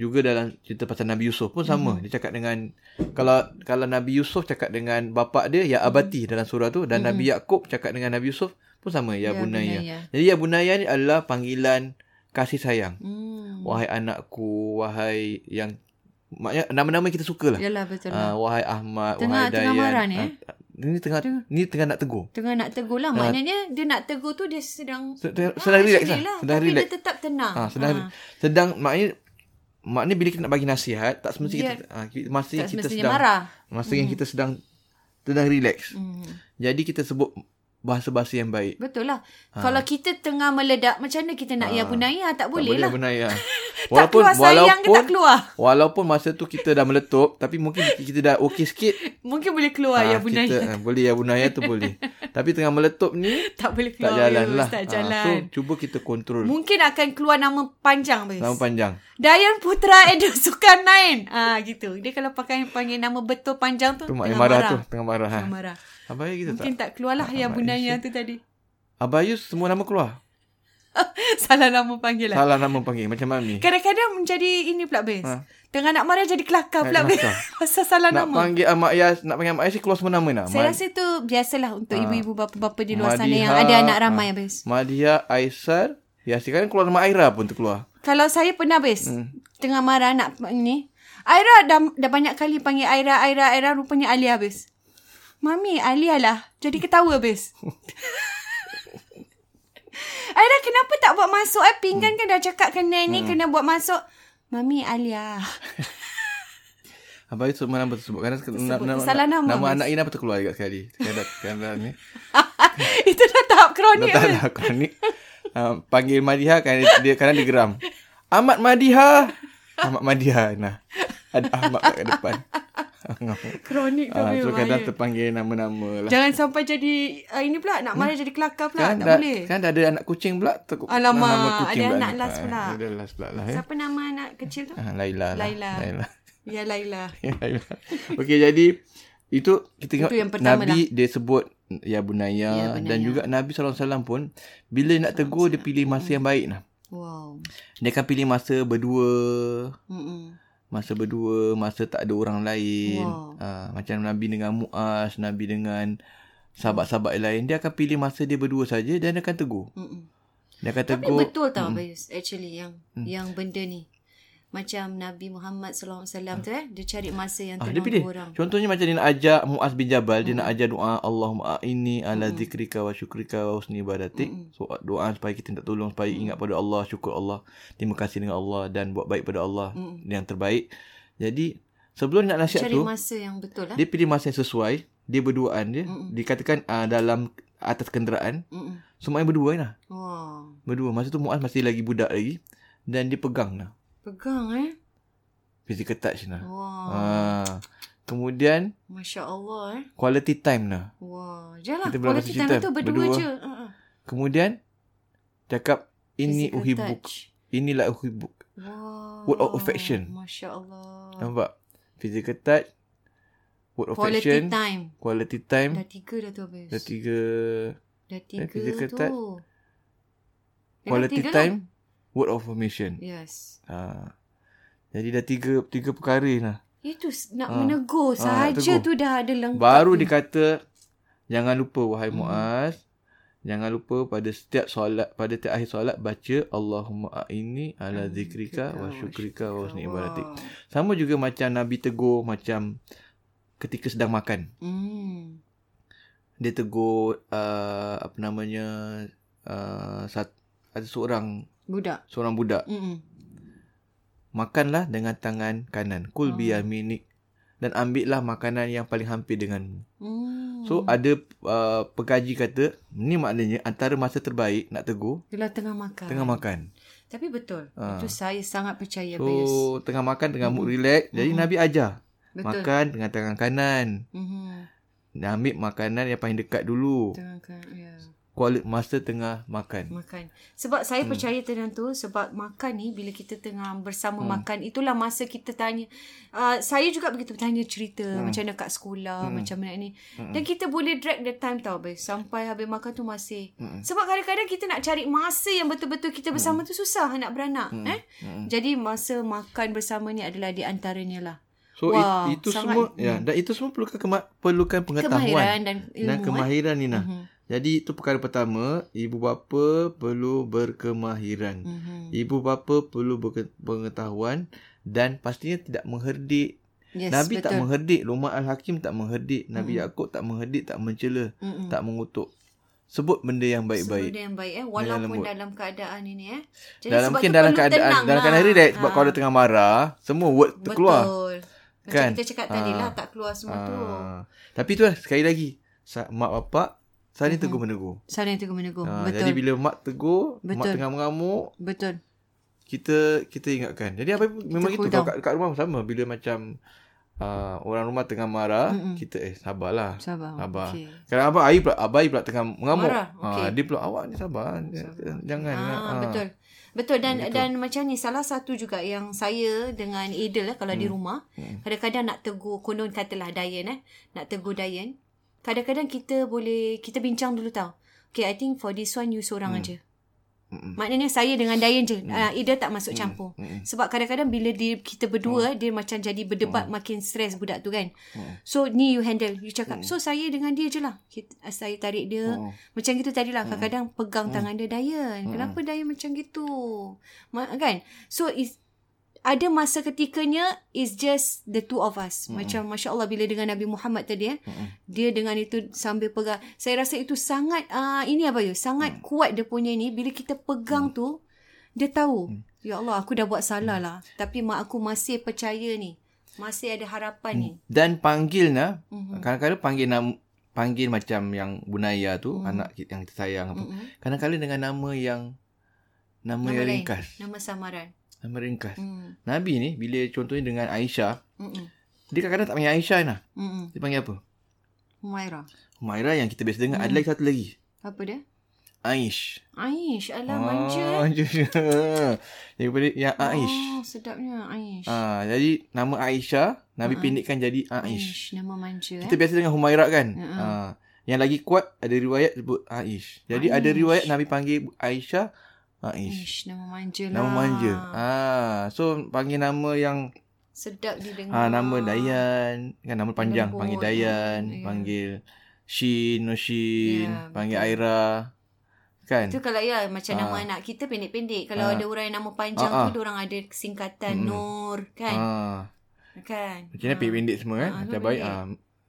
Speaker 2: juga dalam cerita pasal Nabi Yusuf pun sama dia cakap dengan kalau kalau Nabi Yusuf cakap dengan bapa dia ya abati dalam surah tu dan Nabi Yakub cakap dengan Nabi Yusuf pun sama
Speaker 1: Ya
Speaker 2: ya, bunaya.
Speaker 1: bunayya.
Speaker 2: jadi ya bunaya ni adalah panggilan kasih sayang
Speaker 1: Hmm.
Speaker 2: wahai anakku wahai yang Maknanya nama-nama yang kita suka lah.
Speaker 1: Yalah, betul
Speaker 2: Ah, wahai Ahmad,
Speaker 1: Ya, Tengah-
Speaker 2: wahai Dayan.
Speaker 1: tengah marah ni, eh?
Speaker 2: Ah, ni tengah, ni tengah nak tegur.
Speaker 1: Tengah nak tegur lah. Maknanya dia nak tegur tu dia sedang... Ah,
Speaker 2: Sedang, Ah. sedang relax lah.
Speaker 1: actually
Speaker 2: Sedang
Speaker 1: Tapi
Speaker 2: relax.
Speaker 1: dia tetap tenang.
Speaker 2: Ah, sedang, sedang maknanya maknanya bila kita nak bagi nasihat, tak semestinya kita, ah, kita
Speaker 1: Ya. tak
Speaker 2: masa kita
Speaker 1: semestinya
Speaker 2: sedang
Speaker 1: marah. Hmm.
Speaker 2: masa yang kita sedang sedang relax. Jadi kita sebut bahasa-bahasa yang baik.
Speaker 1: Betul lah. Kalau kita tengah meledak, macam mana kita nak ya punaya? Tak boleh
Speaker 2: Ah. tak
Speaker 1: lah.
Speaker 2: boleh benar ya.
Speaker 1: keluar sayang ke tak keluar?
Speaker 2: Walaupun masa tu kita dah meletup tapi mungkin kita dah okey sikit.
Speaker 1: Mungkin boleh keluar ya
Speaker 2: ah,
Speaker 1: punaya.
Speaker 2: Kita, ah, boleh ya bunaya tu boleh. tapi tengah meletup ni
Speaker 1: Tak boleh
Speaker 2: tak
Speaker 1: keluar.
Speaker 2: jalan
Speaker 1: Yus.
Speaker 2: lah.
Speaker 1: Tak
Speaker 2: Ah,
Speaker 1: Ya, jalan.
Speaker 2: so cuba kita kontrol
Speaker 1: Mungkin akan keluar nama panjang. Bayus.
Speaker 2: lama panjang.
Speaker 1: Dayan Putra Edo Sukarnain. Ah gitu. Dia kalau pakai panggil nama betul panjang tu,
Speaker 2: Tu mak
Speaker 1: tengah
Speaker 2: yang marah
Speaker 1: marah.
Speaker 2: tu tengah marah. Ha.
Speaker 1: Tengah marah.
Speaker 2: Abang kita tak.
Speaker 1: Mungkin tak keluarlah yang bunaya tu tadi.
Speaker 2: Abang Ayu semua nama keluar.
Speaker 1: Salah nama panggilan.
Speaker 2: Salah nama panggil macam mami.
Speaker 1: Kan Kadang-kadang menjadi ini pula Bayus.
Speaker 2: Ha.
Speaker 1: Tengah nak marah jadi kelakar pula
Speaker 2: Nak
Speaker 1: Bayus.
Speaker 2: kelakar.
Speaker 1: Pasal salah
Speaker 2: Nak
Speaker 1: nama.
Speaker 2: panggil Ahmad Yas, nak panggil Ahmad Yas keluar semua nama nak.
Speaker 1: Saya rasa tu biasalah
Speaker 2: Ha.
Speaker 1: untuk ibu-ibu bapa-bapa di luar sana
Speaker 2: Madiha,
Speaker 1: yang ada anak ramai
Speaker 2: ah,
Speaker 1: Bayus.
Speaker 2: Madiha, Aisar, Yasir kan keluar nama Aira pun terkeluar.
Speaker 1: Kalau saya pernah bes hmm. Tengah marah nak ni Aira dah, dah banyak kali panggil Aira Aira Aira Rupanya Alia bes Mami Alia lah Jadi ketawa bes Aira kenapa tak buat masuk eh Pinggan kan dah cakap kena ni
Speaker 2: Hmm.
Speaker 1: Kena buat masuk Mami Alia
Speaker 2: Abang Ayu semua nama tersebut. Kerana na- na-
Speaker 1: Salah
Speaker 2: na-
Speaker 1: nama,
Speaker 2: Nama Mas. anak Ina pun terkeluar juga sekali. Kadang kadang ni.
Speaker 1: Itu dah tahap
Speaker 2: Dah
Speaker 1: kronik
Speaker 2: tak
Speaker 1: Abis.
Speaker 2: ada kronik. Ah, panggil Madiha kerana dia, kerana dia geram. Ahmad Madiha. Ahmad Madiha. Nah. Ada Ahmad kat depan.
Speaker 1: Kronik tu
Speaker 2: Ah,
Speaker 1: Abis,
Speaker 2: so kadang
Speaker 1: bahaya.
Speaker 2: terpanggil nama-nama lah.
Speaker 1: Jangan sampai jadi uh, Ini pula nak marah jadi kelakar pula
Speaker 2: Kan
Speaker 1: Tak
Speaker 2: dah,
Speaker 1: boleh
Speaker 2: Kan dah ada anak kucing pula. Ter-
Speaker 1: Alamak,
Speaker 2: nama
Speaker 1: ada
Speaker 2: pula
Speaker 1: anak
Speaker 2: ni.
Speaker 1: last
Speaker 2: Ah,
Speaker 1: pula.
Speaker 2: Ada last pula lah. Eh?
Speaker 1: Siapa nama anak kecil tu?
Speaker 2: Ah, Laila lah.
Speaker 1: Laila.
Speaker 2: Laila.
Speaker 1: Ya Laila
Speaker 2: Laila. Okey, jadi itu kita tengok
Speaker 1: yang pertama
Speaker 2: Nabi dia sebut ya bunaya,
Speaker 1: Ya
Speaker 2: dan
Speaker 1: bunaya.
Speaker 2: juga Nabi SAW pun bila nak tegur dia pilih masa yang baik lah.
Speaker 1: Wow
Speaker 2: Dia akan pilih masa berdua,
Speaker 1: Mm-mm.
Speaker 2: masa berdua, masa tak ada orang lain.
Speaker 1: Wow.
Speaker 2: Ah, macam Nabi dengan Muaz, Nabi dengan sahabat-sahabat yang lain. Dia akan pilih masa dia berdua saja dan dia akan tegur.
Speaker 1: Mm-mm.
Speaker 2: Dia akan
Speaker 1: Tapi
Speaker 2: tegur. Hmm.
Speaker 1: betul tau Bayus actually yang yang benda ni. Macam Nabi Muhammad SAW tu eh dia cari masa yang
Speaker 2: Ah, dia
Speaker 1: tenang
Speaker 2: pilih.
Speaker 1: dua orang. Hmm.
Speaker 2: Contohnya macam dia nak ajar Muaz bin Jabal, dia nak ajar doa Allahumma a'inni ala zikrika wa syukrika wa husni ibadatik.
Speaker 1: Hmm.
Speaker 2: So doa supaya kita minta tolong supaya ingat pada Allah, syukur Allah, terima kasih dengan Allah dan buat baik pada Allah yang terbaik. Jadi sebelum nak nasihat
Speaker 1: Cari
Speaker 2: tu,
Speaker 1: masa yang betul lah.
Speaker 2: dia pilih masa yang sesuai, dia berduaan dia. Dikatakan ah, dalam atas kenderaan,
Speaker 1: Mm-mm.
Speaker 2: semua yang berdua lah.
Speaker 1: Wah,
Speaker 2: Berdua. Masa tu Muaz masih lagi budak lagi dan dia pegang lah.
Speaker 1: pegang eh.
Speaker 2: Physical touch lah.
Speaker 1: Wah,
Speaker 2: Ah. Kemudian
Speaker 1: masya-Allah eh.
Speaker 2: quality time lah.
Speaker 1: Wah, jelah
Speaker 2: Kita berapa
Speaker 1: quality time
Speaker 2: cerita?
Speaker 1: tu berdua,
Speaker 2: Berdua.
Speaker 1: je. Uh-uh.
Speaker 2: Kemudian cakap ini
Speaker 1: Physical
Speaker 2: uhibbuk.
Speaker 1: touch.
Speaker 2: Inilah uhibbuk.
Speaker 1: Wah.
Speaker 2: Word of affection.
Speaker 1: Masya-Allah.
Speaker 2: Nampak? Physical touch, word of
Speaker 1: Oh. Quality
Speaker 2: affection,
Speaker 1: time.
Speaker 2: quality time.
Speaker 1: Dah tiga dah tu habis.
Speaker 2: Dah tiga Eh,
Speaker 1: Dah tiga
Speaker 2: physical
Speaker 1: tu.
Speaker 2: touch.
Speaker 1: Eh, dah
Speaker 2: quality
Speaker 1: tiga lah.
Speaker 2: time, word of affirmation.
Speaker 1: Yes.
Speaker 2: Ha. Jadi dah tiga tiga perkara lah.
Speaker 1: Itu s- nak
Speaker 2: Ah.
Speaker 1: ha. menegur
Speaker 2: Ah,
Speaker 1: sahaja
Speaker 2: tegur.
Speaker 1: tu dah ada lengkap.
Speaker 2: Baru dikata jangan lupa wahai Muaz, jangan lupa pada setiap solat pada setiap akhir solat baca Allahumma a'inni ala zikrika wa syukrika wa husni ibadatik. Sama juga macam Nabi tegur macam ketika sedang makan.
Speaker 1: Hmm.
Speaker 2: Dia tegur uh, apa namanya uh, sat, ada seorang
Speaker 1: Budak. Hmm.
Speaker 2: seorang budak
Speaker 1: Mm-mm.
Speaker 2: makanlah dengan tangan kanan. Kul biyaminik dan ambillah makanan yang paling hampir denganmu.
Speaker 1: Hmm.
Speaker 2: So ada uh, pengkaji kata ni maknanya antara masa terbaik nak tegur
Speaker 1: Bila tengah makan.
Speaker 2: tengah makan.
Speaker 1: Tapi betul. Ha. Ah.
Speaker 2: Ah.
Speaker 1: Itu saya sangat percaya, so, Bayus.
Speaker 2: So tengah makan tengah mood relax. Jadi Nabi ajar
Speaker 1: Hmm. Betul.
Speaker 2: makan dengan tangan kanan.
Speaker 1: Mm-hmm.
Speaker 2: Dan ambil makanan yang paling dekat dulu.
Speaker 1: Tengah makan. Ya.
Speaker 2: kuali masa tengah makan.
Speaker 1: Makan. Sebab saya hmm. percaya tentang tu sebab makan ni bila kita tengah bersama hmm. makan itulah masa kita tanya. Uh, saya juga begitu tanya cerita hmm. macam mana kat sekolah, hmm. macam mana ni. Hmm. Dan kita boleh drag the time tau Abis. Sampai habis makan tu masih. Hmm. Sebab kadang-kadang kita nak cari masa yang betul-betul kita bersama hmm. tu susah nak beranak hmm. eh. Hmm. Jadi masa makan bersama ni adalah di antaranya lah.
Speaker 2: So
Speaker 1: Wah,
Speaker 2: it, itu
Speaker 1: sangat- hmm.
Speaker 2: semua ya dan itu semua perlukan kema- perlukan
Speaker 1: Kemahiran
Speaker 2: pengetahuan
Speaker 1: dan
Speaker 2: dan
Speaker 1: ilmu. eh.
Speaker 2: kemahiran Nina. Mm-hmm. Jadi itu perkara pertama, ibu bapa perlu berkemahiran.
Speaker 1: Mhm.
Speaker 2: Ibu bapa perlu berke- pengetahuan dan pastinya tidak mengherdik.
Speaker 1: Yes,
Speaker 2: Nabi
Speaker 1: betul.
Speaker 2: tak
Speaker 1: Hmm.
Speaker 2: mengherdik, Luqman Al-Hakim tak mengherdik, Nabi Yaakob tak mengherdik, tak mencela, tak mengutuk. Sebut benda yang baik-baik.
Speaker 1: Benda yang baik eh walaupun
Speaker 2: lembut.
Speaker 1: dalam keadaan ini eh. Jadi
Speaker 2: dalam
Speaker 1: sebab
Speaker 2: mungkin
Speaker 1: tu
Speaker 2: dalam
Speaker 1: perlu
Speaker 2: keadaan
Speaker 1: tenang
Speaker 2: dalam keadaan
Speaker 1: lah.
Speaker 2: relax sebab kalau tengah marah semua word
Speaker 1: Betul.
Speaker 2: terkeluar
Speaker 1: Macam
Speaker 2: Kan?
Speaker 1: kita cakap tadi
Speaker 2: Ah.
Speaker 1: lah tak keluar semua tu.
Speaker 2: Ah. tapi tu lah sekali lagi sa- mak bapak saya ni tegur menegur
Speaker 1: Saling tegur menegur. Hmm.
Speaker 2: Ah,
Speaker 1: Oh, Betul.
Speaker 2: jadi bila mak tegur mak
Speaker 1: Betul.
Speaker 2: tengah mengamuk
Speaker 1: Betul.
Speaker 2: kita kita ingatkan jadi apa memang
Speaker 1: cool
Speaker 2: gitu
Speaker 1: down.
Speaker 2: kalau kat, kat rumah pun sama bila macam uh, orang rumah tengah marah Mm-mm. kita eh sabarlah
Speaker 1: Sabar.
Speaker 2: Sabar.
Speaker 1: Okey.
Speaker 2: Kadang abang air pula abai pula tengah mengamuk.
Speaker 1: Marah, okey.
Speaker 2: Ah, dia pula awak ni sabar. Jangan.
Speaker 1: Ah,
Speaker 2: Ah,
Speaker 1: betul. Betul dan Betul. dan macam ni salah satu juga yang saya dengan Idil eh, kalau hmm. di rumah kadang-kadang nak tegur konon katalah Dayan eh nak tegur Dayan kadang-kadang kita boleh kita bincang dulu tau. Okay, I think for this one you seorang hmm. aja.
Speaker 2: Mm-mm.
Speaker 1: Maknanya saya dengan Dayan je. Hmm. Hmm. Uh, Ida tak masuk campur.
Speaker 2: Mm-mm.
Speaker 1: Sebab kadang-kadang bila dia, kita berdua dia macam jadi berdebat makin stres budak tu kan. So ni you handle, you cakap. So saya dengan dia je lah. Kita, saya tarik dia. Macam gitu tadi lah kadang-kadang pegang tangan dia Dayan. Kenapa Dayan macam gitu? Ma- kan? So is ada masa ketikanya is just the two of us. Macam Masya Allah bila dengan Nabi Muhammad tadi eh. Dia dengan itu sambil pegang. Saya rasa itu sangat, uh, ini Abayu,
Speaker 2: Hmm.
Speaker 1: sangat kuat dia punya ni. Bila kita pegang tu, dia tahu.
Speaker 2: Hmm.
Speaker 1: Ya Allah aku dah buat salah lah. Tapi mak aku masih percaya ni. Masih ada harapan ni.
Speaker 2: Dan panggil nah, mm-hmm. kadang-kadang panggil nama panggil macam yang Bunaya tu mm-hmm. anak kita yang kita sayang apa. Mm-hmm. Kadang-kadang dengan nama yang nama,
Speaker 1: Nama
Speaker 2: yang
Speaker 1: lain.
Speaker 2: ringkas.
Speaker 1: Nama samaran.
Speaker 2: Nama ringkas. Mm.
Speaker 1: Hmm.
Speaker 2: Nabi ni bila contohnya dengan Aisyah,
Speaker 1: Mm-mm.
Speaker 2: dia kadang-kadang tak panggil Aisyah nah.
Speaker 1: Mm-mm.
Speaker 2: Dia panggil apa?
Speaker 1: Humaira.
Speaker 2: Humaira yang kita
Speaker 1: Mm-hmm.
Speaker 2: biasa dengar. Mm. Ada lagi satu lagi.
Speaker 1: Apa dia?
Speaker 2: Aish.
Speaker 1: Aish. Alah manja. eh.
Speaker 2: Ah, manja. Daripada yang Aish.
Speaker 1: Oh, sedapnya Aish.
Speaker 2: Ah, jadi nama Aisyah, Nabi pendekkan jadi Aish.
Speaker 1: Ah. Aish. Nama manja
Speaker 2: Kita
Speaker 1: eh.
Speaker 2: biasa dengan Humaira kan? Ah, yang lagi kuat ada riwayat sebut Aish. Jadi ada riwayat Nabi panggil Aisyah ah, Aish.
Speaker 1: Aish. Nama manja lah.
Speaker 2: Nama manja. Ah, so panggil nama yang
Speaker 1: Sedap didengar.
Speaker 2: ah nama Dayan, kan nama panjang
Speaker 1: Lembut.
Speaker 2: panggil Dayan,
Speaker 1: Ya.
Speaker 2: panggil Shin, Noshin,
Speaker 1: Ya,
Speaker 2: panggil Aira. Kan?
Speaker 1: Itu kalau ya macam nama anak kita pendek-pendek. Kalau ada orang yang nama panjang
Speaker 2: Ah, ah.
Speaker 1: tu, orang ada singkatan Nur kan.
Speaker 2: Ah,
Speaker 1: Kan.
Speaker 2: macam mana pendek semua kan?
Speaker 1: Ah,
Speaker 2: Macam
Speaker 1: pendek. Ah.
Speaker 2: baik ah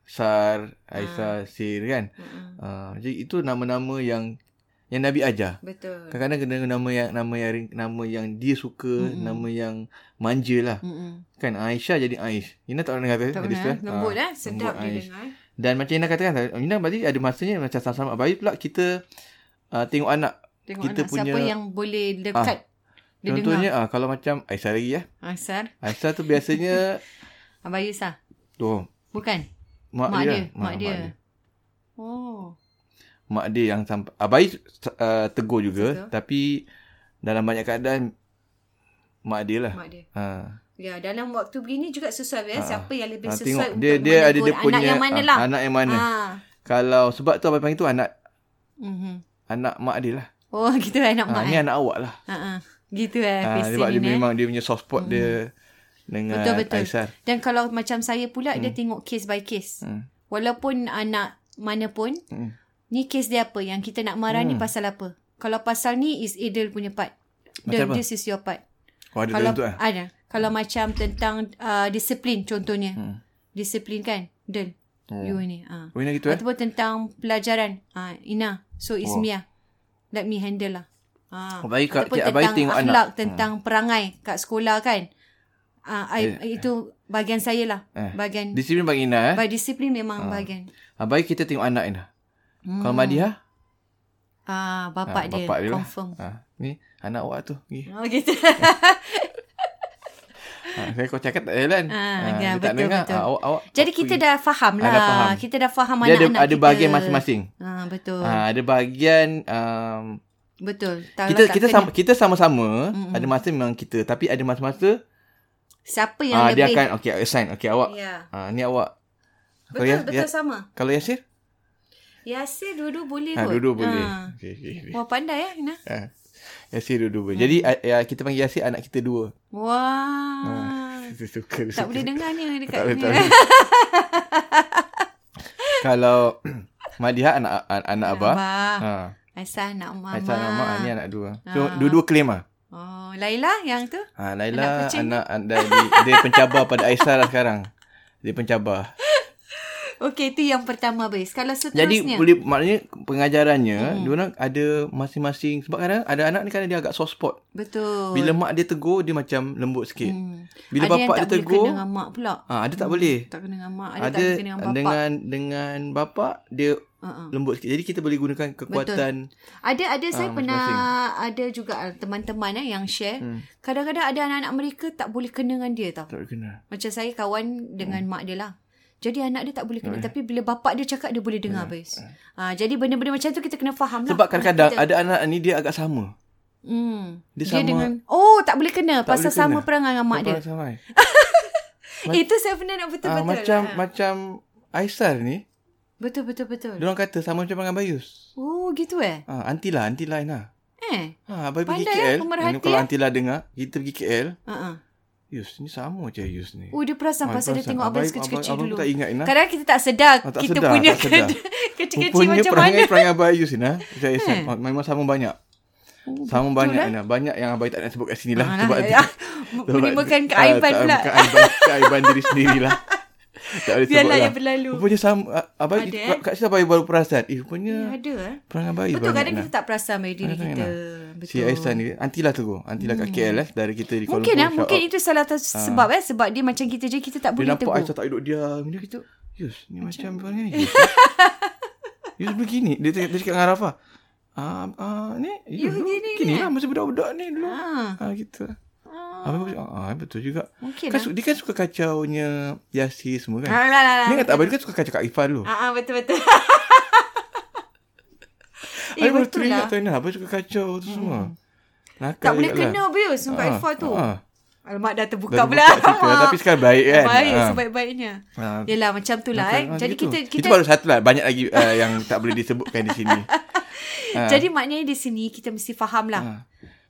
Speaker 2: Sar, Aisyah, Sir kan?
Speaker 1: Mm-mm.
Speaker 2: Ah, jadi itu nama-nama yang yang Nabi ajar.
Speaker 1: Betul.
Speaker 2: Kadang-kadang kena nama yang nama yang ring- nama yang dia suka, mm-hmm. nama yang manja lah.
Speaker 1: Mm-mm.
Speaker 2: Kan Aisyah jadi Aish. Ina tak pernah kata
Speaker 1: Tak
Speaker 2: hadis tu,
Speaker 1: pernah.
Speaker 2: eh?
Speaker 1: Lembut
Speaker 2: Ah,
Speaker 1: eh. Sedap
Speaker 2: lembut Aish.
Speaker 1: didengar.
Speaker 2: Dan macam Ina katakan, Ina berarti ada masanya macam sama-sama baik pula kita uh, tengok anak.
Speaker 1: Tengok
Speaker 2: Kita
Speaker 1: kita anak punya, siapa
Speaker 2: punya- Ah.
Speaker 1: yang boleh dekat. dia dengar.
Speaker 2: Contohnya ah, kalau macam Aisyah lagi ya.
Speaker 1: Asar.
Speaker 2: Aisyah tu biasanya
Speaker 1: Abang Yusah.
Speaker 2: tu
Speaker 1: Bukan?
Speaker 2: mak,
Speaker 1: mak
Speaker 2: dia,
Speaker 1: dia.
Speaker 2: Ah,
Speaker 1: Mak dia. Oh.
Speaker 2: mak dia yang sampai abai uh, tegur juga
Speaker 1: Tegur.
Speaker 2: tapi dalam banyak keadaan mak dia lah.
Speaker 1: Mak dia.
Speaker 2: Ha.
Speaker 1: Ya, dalam waktu begini juga sesuai ya. Siapa yang lebih
Speaker 2: Ah,
Speaker 1: sesuai
Speaker 2: tengok
Speaker 1: untuk
Speaker 2: dia dia ada dia
Speaker 1: menegur
Speaker 2: punya
Speaker 1: anak yang mana
Speaker 2: ah,
Speaker 1: lah.
Speaker 2: anak yang mana.
Speaker 1: Ah.
Speaker 2: Kalau sebab tu abang panggil tu anak
Speaker 1: Mm-hmm.
Speaker 2: anak mak dia lah.
Speaker 1: Oh, gitu lah anak
Speaker 2: Ha,
Speaker 1: mak.
Speaker 2: ni
Speaker 1: eh.
Speaker 2: anak awak lah.
Speaker 1: Ha, ha. Gitu eh.
Speaker 2: Ha,
Speaker 1: Ha,
Speaker 2: sebab dia memang dia punya soft spot dia dengan
Speaker 1: Betul, betul.
Speaker 2: Aisyah.
Speaker 1: Dan kalau macam saya pula, dia tengok case by case.
Speaker 2: Hmm.
Speaker 1: Walaupun anak mana pun,
Speaker 2: Hmm.
Speaker 1: ni case dia apa? Yang kita nak marah ni pasal apa? Kalau pasal ni is Idil punya part.
Speaker 2: Macam
Speaker 1: The,
Speaker 2: apa?
Speaker 1: this is your part.
Speaker 2: Oh, ada
Speaker 1: kalau
Speaker 2: tentu lah.
Speaker 1: ada kalau macam tentang uh, disiplin contohnya hmm. disiplin kan Del hmm. you ni ah
Speaker 2: Wina gitu
Speaker 1: uh.
Speaker 2: eh.
Speaker 1: ataupun tentang pelajaran ah Ina so is
Speaker 2: Oh.
Speaker 1: Mia let me handle lah ah
Speaker 2: Oh, baik, Kak.
Speaker 1: ataupun
Speaker 2: Cik Abai
Speaker 1: tentang
Speaker 2: tengok anak. Hmm.
Speaker 1: akhlak tentang perangai kat sekolah kan ah I, itu bahagian saya lah
Speaker 2: Eh.
Speaker 1: bahagian
Speaker 2: Di sini bagi Ina eh.
Speaker 1: by disiplin memang bahagian Hmm.
Speaker 2: Abai kita tengok anak Ina. Kalau Madiha,
Speaker 1: ah bapak,
Speaker 2: ah,
Speaker 1: dia,
Speaker 2: bapak dia lah.
Speaker 1: confirm
Speaker 2: ha, ni anak awak tu. Ni.
Speaker 1: oh gitu
Speaker 2: Ha, saya kau cakap tak jalan.
Speaker 1: Ah,
Speaker 2: dia
Speaker 1: ya,
Speaker 2: tak
Speaker 1: betul,
Speaker 2: dengar.
Speaker 1: betul.
Speaker 2: Ah, awak, awak,
Speaker 1: jadi kita dah faham
Speaker 2: Ah,
Speaker 1: lah
Speaker 2: dah faham.
Speaker 1: kita dah faham
Speaker 2: dia ada,
Speaker 1: anak-anak
Speaker 2: ada
Speaker 1: kita.
Speaker 2: bahagian masing-masing.
Speaker 1: ah betul
Speaker 2: Ha, ada bahagian um,
Speaker 1: Betul. Kalau
Speaker 2: kita
Speaker 1: tak
Speaker 2: kita
Speaker 1: kena,
Speaker 2: sama, kita sama-sama mm-hmm. ada masa memang kita tapi ada masa-masa
Speaker 1: siapa yang
Speaker 2: ah
Speaker 1: lebih.
Speaker 2: dia akan okey assign okey awak
Speaker 1: Ya.
Speaker 2: ah ni awak
Speaker 1: Betul,
Speaker 2: kalau
Speaker 1: betul
Speaker 2: Ya,
Speaker 1: sama.
Speaker 2: kalau Yasir
Speaker 1: Yasir dua-dua boleh
Speaker 2: ha
Speaker 1: kot.
Speaker 2: duduk boleh
Speaker 1: Ha.
Speaker 2: okey okey okey
Speaker 1: Wah, pandai ya, Ina.
Speaker 2: ha. Yasir duduk boleh
Speaker 1: Hmm.
Speaker 2: jadi ah, ya, kita panggil Yasir anak kita dua
Speaker 1: Wah.
Speaker 2: kita suka
Speaker 1: Hmm. Tak boleh dengar ni
Speaker 2: tak
Speaker 1: dekat
Speaker 2: boleh,
Speaker 1: ni.
Speaker 2: tak boleh. kalau Madiha anak anak, anak abah
Speaker 1: Abah.
Speaker 2: ha
Speaker 1: Aisyah nak mama.
Speaker 2: Aisyah nama ah, ni anak dua so
Speaker 1: Ah.
Speaker 2: dua-dua claim ah
Speaker 1: Oh, Laila yang tu?
Speaker 2: Ha, Naila anak, anak anda dia, dia pencabar pada Aisyah lah sekarang. Dia pencabar.
Speaker 1: Okey, itu yang pertama base. Kalau
Speaker 2: Jadi
Speaker 1: seterusnya.
Speaker 2: boleh maknanya pengajarannya hmm. diorang ada masing-masing sebab kadang ada anak ni kadang dia agak soft spot.
Speaker 1: betul.
Speaker 2: Bila mak dia tegur dia macam lembut sikit. Hmm. Bila
Speaker 1: ada yang
Speaker 2: bapak
Speaker 1: tak
Speaker 2: dia
Speaker 1: boleh
Speaker 2: tegur
Speaker 1: kena dengan mak pula.
Speaker 2: ah ha, ada tak boleh.
Speaker 1: Tak kena dengan mak, ada,
Speaker 2: Ada,
Speaker 1: tak boleh kena dengan bapak. Ah. Dengan...
Speaker 2: dengan dengan bapak dia uh-uh. lembut sikit. Jadi kita boleh gunakan kekuatan
Speaker 1: Ada ada
Speaker 2: Ah,
Speaker 1: saya pernah ada juga ah, teman-teman eh yang share. Hmm. Kadang-kadang ada anak-anak mereka tak boleh kena dengan dia tau.
Speaker 2: tak kena.
Speaker 1: Macam saya kawan dengan hmm. mak dia lah. Jadi anak dia tak boleh
Speaker 2: Oh, ya.
Speaker 1: kena. Tapi bila bapak dia cakap, dia boleh dengar, Bais. Ha, jadi benda-benda macam tu kita kena faham lah.
Speaker 2: Sebab kadang-kadang ada anak ni dia agak sama.
Speaker 1: Hmm. Dia,
Speaker 2: Dia sama
Speaker 1: dengan... Oh, tak boleh kena.
Speaker 2: tak
Speaker 1: pasal
Speaker 2: boleh kena.
Speaker 1: sama perangai dengan mak dia.
Speaker 2: Perang Samai.
Speaker 1: Itu saya pernah nak
Speaker 2: Ah,
Speaker 1: betul-betul.
Speaker 2: macam
Speaker 1: lah.
Speaker 2: macam Aisar ni,
Speaker 1: Hmm. Betul-betul-betul.
Speaker 2: dia orang kata sama macam dengan Bayus.
Speaker 1: Oh, gitu eh?
Speaker 2: Ah, anti lah, anti lain lah.
Speaker 1: Eh?
Speaker 2: Ha, abai pergi
Speaker 1: Pandai, eh,
Speaker 2: KL.
Speaker 1: pemerhati,
Speaker 2: Ini kalau
Speaker 1: eh.
Speaker 2: anti lah dengar, kita pergi KL.
Speaker 1: Uh-uh.
Speaker 2: Yus, ni sama je Yus ni.
Speaker 1: Oh, dia perasan
Speaker 2: Ah,
Speaker 1: pasal dia
Speaker 2: perasan.
Speaker 1: tengok abang
Speaker 2: Abai-
Speaker 1: sekecil-kecil
Speaker 2: abai-
Speaker 1: dulu.
Speaker 2: abang tak ingat, lah. Ina.
Speaker 1: Kadang kita tak sedar
Speaker 2: Ah, tak
Speaker 1: kita
Speaker 2: sedar,
Speaker 1: punya
Speaker 2: tak sedar.
Speaker 1: ked- kecil-kecil
Speaker 2: Rupanya
Speaker 1: macam mana. Eh.
Speaker 2: perangai-perangai abai Yus ni. Nah. Macam Aisar. Ma- ah. Memang sama banyak.
Speaker 1: Oh,
Speaker 2: sama banyak
Speaker 1: lah.
Speaker 2: Ina. Banyak yang abai tak nak sebut kat sini lah.
Speaker 1: Alah,
Speaker 2: sebab
Speaker 1: ya.
Speaker 2: sebab-
Speaker 1: Menimbulkan
Speaker 2: ah,
Speaker 1: keaiban
Speaker 2: tak-
Speaker 1: pula.
Speaker 2: Keaiban, keaiban diri sendiri lah. Tak boleh sebut
Speaker 1: Biarlah
Speaker 2: lah.
Speaker 1: yang berlalu.
Speaker 2: Rupanya sama. ah, Abai,
Speaker 1: Ada,
Speaker 2: kita-
Speaker 1: eh?
Speaker 2: kat sini abai baru perasan. Eh, rupanya
Speaker 1: Ya, ada eh?
Speaker 2: perangai abai
Speaker 1: Betul,
Speaker 2: banyak
Speaker 1: kadang
Speaker 2: Ina.
Speaker 1: kita tak perasan bagi diri
Speaker 2: Kadang-kadang
Speaker 1: kita. Hmm.
Speaker 2: Ina. Si Aisan ni, anti lah tegur. Anti lah kat KL lah. Dari kita di Kuala
Speaker 1: Mungkin
Speaker 2: Lumpur,
Speaker 1: lah,
Speaker 2: shout
Speaker 1: mungkin
Speaker 2: out.
Speaker 1: itu salah satu sebab eh. Sebab dia macam kita je, kita tak
Speaker 2: Ah. Dia
Speaker 1: boleh
Speaker 2: nampak
Speaker 1: tegur.
Speaker 2: Aisyah tak duduk diam. Dia kata, Yus, ni macam perangai Yus. Yus begini. Dia, dia, dia cakap dengan Rafa. Ah, ah, ni,
Speaker 1: Ya,
Speaker 2: Yus begini. Gini lah masa budak-budak ni dulu.
Speaker 1: Ah.
Speaker 2: Ah, gitu lah. Ah. Abang, ah, betul juga.
Speaker 1: Mungkin lah.
Speaker 2: kan, su- Dia kan suka kacaunya Yasir semua kan.
Speaker 1: Ah, lah, lah, lah.
Speaker 2: Dia kata abang dia kan suka kacau Kak Ifan dulu.
Speaker 1: Ah, ah, betul-betul. eh,
Speaker 2: Abang baru
Speaker 1: betul
Speaker 2: teringat
Speaker 1: lah. Hmm.
Speaker 2: tu Aina. Abang suka kacau tu semua. Nakal
Speaker 1: Tak boleh
Speaker 2: juga lah.
Speaker 1: kena abuse dengan
Speaker 2: Ah,
Speaker 1: Kak Ifah tu.
Speaker 2: ah.
Speaker 1: Alamak dah terbuka
Speaker 2: Dah
Speaker 1: pula.
Speaker 2: terbuka cerita. Tapi sekarang baik kan.
Speaker 1: Baik
Speaker 2: Ah.
Speaker 1: sebaik-baiknya.
Speaker 2: Ah,
Speaker 1: Yelah macam tu lah eh.
Speaker 2: Macam, ah,
Speaker 1: Jadi
Speaker 2: gitu.
Speaker 1: kita kita
Speaker 2: Itu baru satu lah Banyak lagi uh, yang tak boleh disebutkan di sini ah.
Speaker 1: jadi maknanya di sini kita mesti faham lah.
Speaker 2: ha.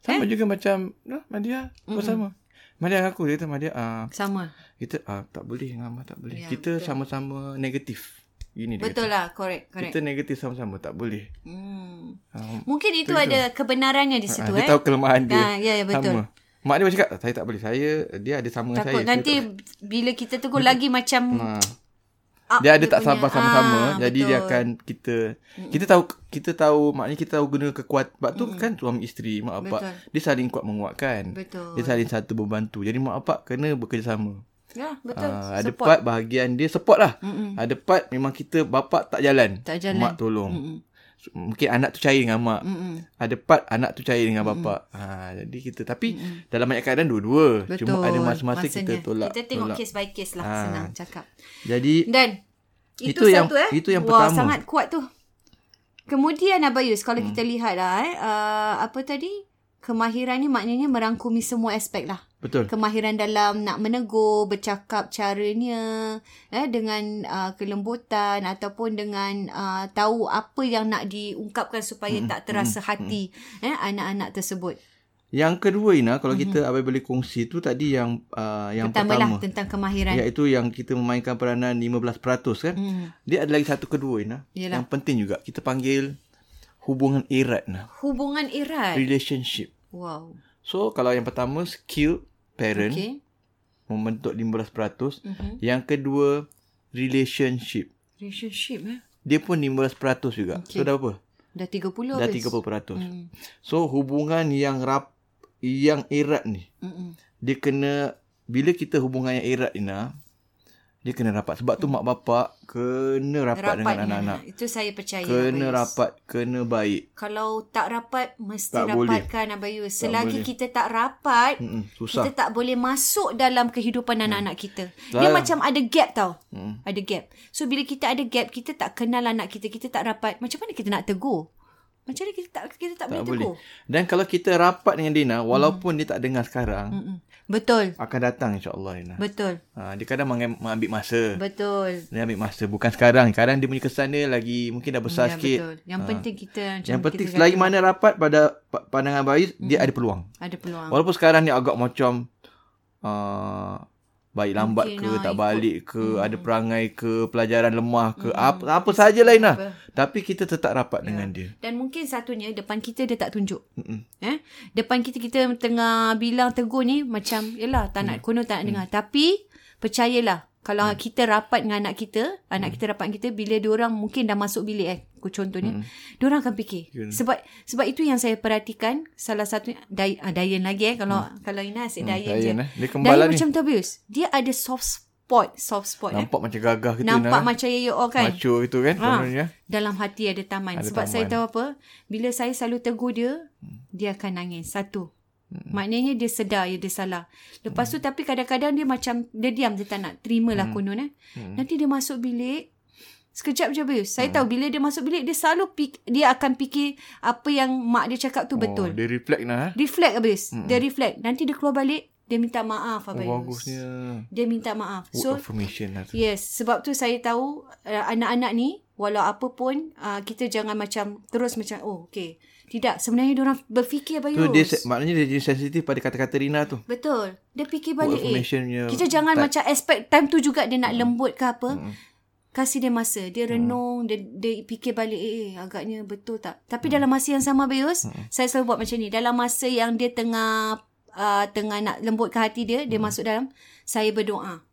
Speaker 2: Sama juga macam nah, Madia pun sama Madia dengan aku Dia kata Madia uh,
Speaker 1: Sama.
Speaker 2: Kita uh, tak boleh dengan Amar tak boleh
Speaker 1: Ya,
Speaker 2: Kita sama-sama negatif Gini dia
Speaker 1: Betul lah, correct,
Speaker 2: kata.
Speaker 1: correct.
Speaker 2: Kita negatif sama-sama tak boleh
Speaker 1: Hmm.
Speaker 2: um,
Speaker 1: Mungkin itu ada kebenarannya di situ
Speaker 2: Ah, dia
Speaker 1: eh.
Speaker 2: tahu kelemahan dia
Speaker 1: Ah, ya, ya, betul.
Speaker 2: Sama Mak dia pun cakap Saya tak boleh Saya Dia ada sama dengan
Speaker 1: Takut
Speaker 2: saya
Speaker 1: nanti bila kita tegur lagi macam
Speaker 2: Saya, ha.
Speaker 1: up
Speaker 2: dia ada tak
Speaker 1: punya.
Speaker 2: sabar sama-sama
Speaker 1: Ah,
Speaker 2: jadi dia
Speaker 1: betul.
Speaker 2: akan kita kita tahu kita tahu maknanya kita tahu guna kekuatan sebab tu kan suami isteri mak bapak
Speaker 1: Betul.
Speaker 2: dia saling kuat menguatkan
Speaker 1: Betul.
Speaker 2: dia saling satu membantu jadi mak bapak kena bekerjasama
Speaker 1: Ya, betul.
Speaker 2: Uh, ada part bahagian dia support lah Mm-mm. ada part memang kita bapak tak jalan
Speaker 1: Tak jalan.
Speaker 2: mak tolong Mm-mm. mungkin anak tu cair dengan mak Mm-mm. ada part anak tu cair dengan bapak ha, jadi kita tapi Mm-mm. dalam banyak keadaan dua-dua cuma ada masa-masa kita
Speaker 1: Masanya.
Speaker 2: tolak
Speaker 1: Kita tengok
Speaker 2: tolak.
Speaker 1: case by case lah,
Speaker 2: Ah.
Speaker 1: senang cakap.
Speaker 2: jadi
Speaker 1: Dan itu,
Speaker 2: Itu yang-
Speaker 1: satu eh.
Speaker 2: itu yang
Speaker 1: Wah,
Speaker 2: pertama. Hmm.
Speaker 1: sangat kuat tu. Kemudian Abayus kalau kita lihat lah eh uh, apa tadi kemahiran ni maknanya merangkumi semua aspek lah.
Speaker 2: betul
Speaker 1: Kemahiran dalam nak menegur, bercakap caranya eh dengan uh, kelembutan ataupun dengan uh, tahu apa yang nak diungkapkan
Speaker 2: Hmm,
Speaker 1: supaya tak terasa hati eh anak-anak tersebut.
Speaker 2: Yang kedua Ina
Speaker 1: Mhm.
Speaker 2: kalau kita abai boleh kongsi tu tadi yang uh,
Speaker 1: Tambahlah
Speaker 2: yang pertama
Speaker 1: lah
Speaker 2: Ya.
Speaker 1: tentang kemahiran.
Speaker 2: iaitu yang kita memainkan peranan 15% kan. Hmm. Dia ada lagi satu kedua Ina
Speaker 1: Mhm. Yelah.
Speaker 2: yang penting juga kita panggil hubungan erat nah,
Speaker 1: Hubungan erat.
Speaker 2: relationship.
Speaker 1: Wow.
Speaker 2: So kalau yang pertama skill parent
Speaker 1: Okay.
Speaker 2: okay.
Speaker 1: Mhm.
Speaker 2: membentuk 15%, mm-hmm. yang kedua relationship.
Speaker 1: Relationship eh.
Speaker 2: Dia pun 15% juga. Okay. So dah berapa?
Speaker 1: Dah 30
Speaker 2: Dah 30%. Hmm. So hubungan yang rap yang erat ni.
Speaker 1: Mm-mm.
Speaker 2: Dia kena bila kita hubungan yang erat Ina, dia kena rapat sebab tu mak bapak kena rapat, rapat dengan anak-anak.
Speaker 1: Itu saya percaya.
Speaker 2: Kena
Speaker 1: Abang Yus.
Speaker 2: rapat, kena baik.
Speaker 1: Kalau tak rapat, mesti
Speaker 2: Tak
Speaker 1: tak
Speaker 2: boleh.
Speaker 1: rapatkan Abang Yus. Selagi
Speaker 2: boleh.
Speaker 1: kita tak rapat,
Speaker 2: Mm-mm, susah. Hmm.
Speaker 1: kita tak boleh masuk dalam kehidupan anak-anak kita. Dia
Speaker 2: Lah.
Speaker 1: macam ada gap tau. Hmm. Ada gap. So, bila kita ada gap, kita tak kenal anak kita, kita tak rapat. Macam mana kita nak tegur? Macam mana kita tak kita tak,
Speaker 2: tak
Speaker 1: boleh
Speaker 2: boleh.
Speaker 1: tegur?
Speaker 2: Dan kalau kita rapat dengan Dina walaupun dia tak dengar sekarang,
Speaker 1: Mm. Mm-mm. Betul.
Speaker 2: akan datang insya-Allah Dina.
Speaker 1: Betul.
Speaker 2: Ha, dia kadang mengambil, mengambil masa.
Speaker 1: Betul.
Speaker 2: Dia ambil masa bukan sekarang. Kadang dia punya kesan dia lagi mungkin dah
Speaker 1: Ya,
Speaker 2: besar sikit.
Speaker 1: betul. Yang penting kita macam
Speaker 2: Ah. Yang penting
Speaker 1: kita
Speaker 2: selagi mana rapat pada
Speaker 1: Ah.
Speaker 2: pa- pandangan baik, dia ada peluang.
Speaker 1: ada peluang.
Speaker 2: Walaupun sekarang ni agak macam uh, Baik lambat okay,
Speaker 1: lah,
Speaker 2: ke, nah, tak ikut. balik ke, hmm. ada perangai ke, pelajaran lemah ke, hmm. apa apa saja lain lah. Tapi kita tetap
Speaker 1: Ya.
Speaker 2: rapat yeah. dengan dia.
Speaker 1: Dan mungkin satunya depan kita dia tak tunjuk. Mm-mm. Eh? Depan kita kita tengah bilang tegur ni macam yalah tak nak mm. konon tak nak mm. dengar. Tapi percayalah kalau hmm. kita rapat dengan anak kita, anak hmm. kita rapat dengan kita bila diorang mungkin dah masuk bilik eh contohnya, hmm. diorang akan fikir.
Speaker 2: Yun.
Speaker 1: Sebab sebab itu yang saya perhatikan salah satu Day, ah, Dayan lagi eh kalau hmm. kalau Ina asyik
Speaker 2: Hmm,
Speaker 1: Dayan,
Speaker 2: Dayan
Speaker 1: je.
Speaker 2: eh. Dia kembali
Speaker 1: Dayan
Speaker 2: ni.
Speaker 1: ya. macam tu abuse. Dia ada soft spot, soft spot eh.
Speaker 2: Nampak macam gagah gitu
Speaker 1: Nampak
Speaker 2: Ina. eh?
Speaker 1: macam yo kan.
Speaker 2: Macho gitu kan ha. kononnya.
Speaker 1: Dalam hati ada taman.
Speaker 2: Ada
Speaker 1: Sebab
Speaker 2: taman. Hmm.
Speaker 1: saya tahu apa, bila saya selalu tegur dia, dia akan nangis. Satu. Hmm. Maknanya dia sedar ya dia salah. Lepas
Speaker 2: Hmm.
Speaker 1: tu tapi kadang-kadang dia macam dia diam dia tak nak terima lah konon eh.
Speaker 2: Hmm.
Speaker 1: Nanti dia masuk bilik Sekejap je Bius. Saya tahu bila dia masuk bilik dia selalu pik, dia akan fikir apa yang mak dia cakap tu
Speaker 2: Oh,
Speaker 1: betul.
Speaker 2: dia reflect lah. eh.
Speaker 1: Reflect Abis. Dia reflect. Nanti dia keluar balik dia minta maaf Abis.
Speaker 2: Oh, bagusnya.
Speaker 1: Dia minta maaf.
Speaker 2: Word
Speaker 1: So
Speaker 2: affirmation lah tu.
Speaker 1: Yes, sebab tu saya tahu uh, anak-anak ni walau apa pun uh, kita jangan macam terus macam oh okey. Tidak, sebenarnya dia orang berfikir
Speaker 2: Tu dia
Speaker 1: Bayus.
Speaker 2: se- maknanya dia jadi sensitif pada kata-kata Rina tu.
Speaker 1: Betul. Dia fikir balik eh.
Speaker 2: Word Oh, affirmation punya
Speaker 1: Kita jangan
Speaker 2: type.
Speaker 1: macam expect time tu juga dia nak lembut ke apa. Kasih dia masa. Dia renung, dia, dia fikir balik eh, eh agaknya betul tak.
Speaker 2: Mm.
Speaker 1: Tapi dalam masa yang sama Bayus, saya selalu buat macam ni. Dalam masa yang dia tengah uh, tengah nak lembutkan hati dia,
Speaker 2: Mm.
Speaker 1: dia masuk dalam saya berdoa.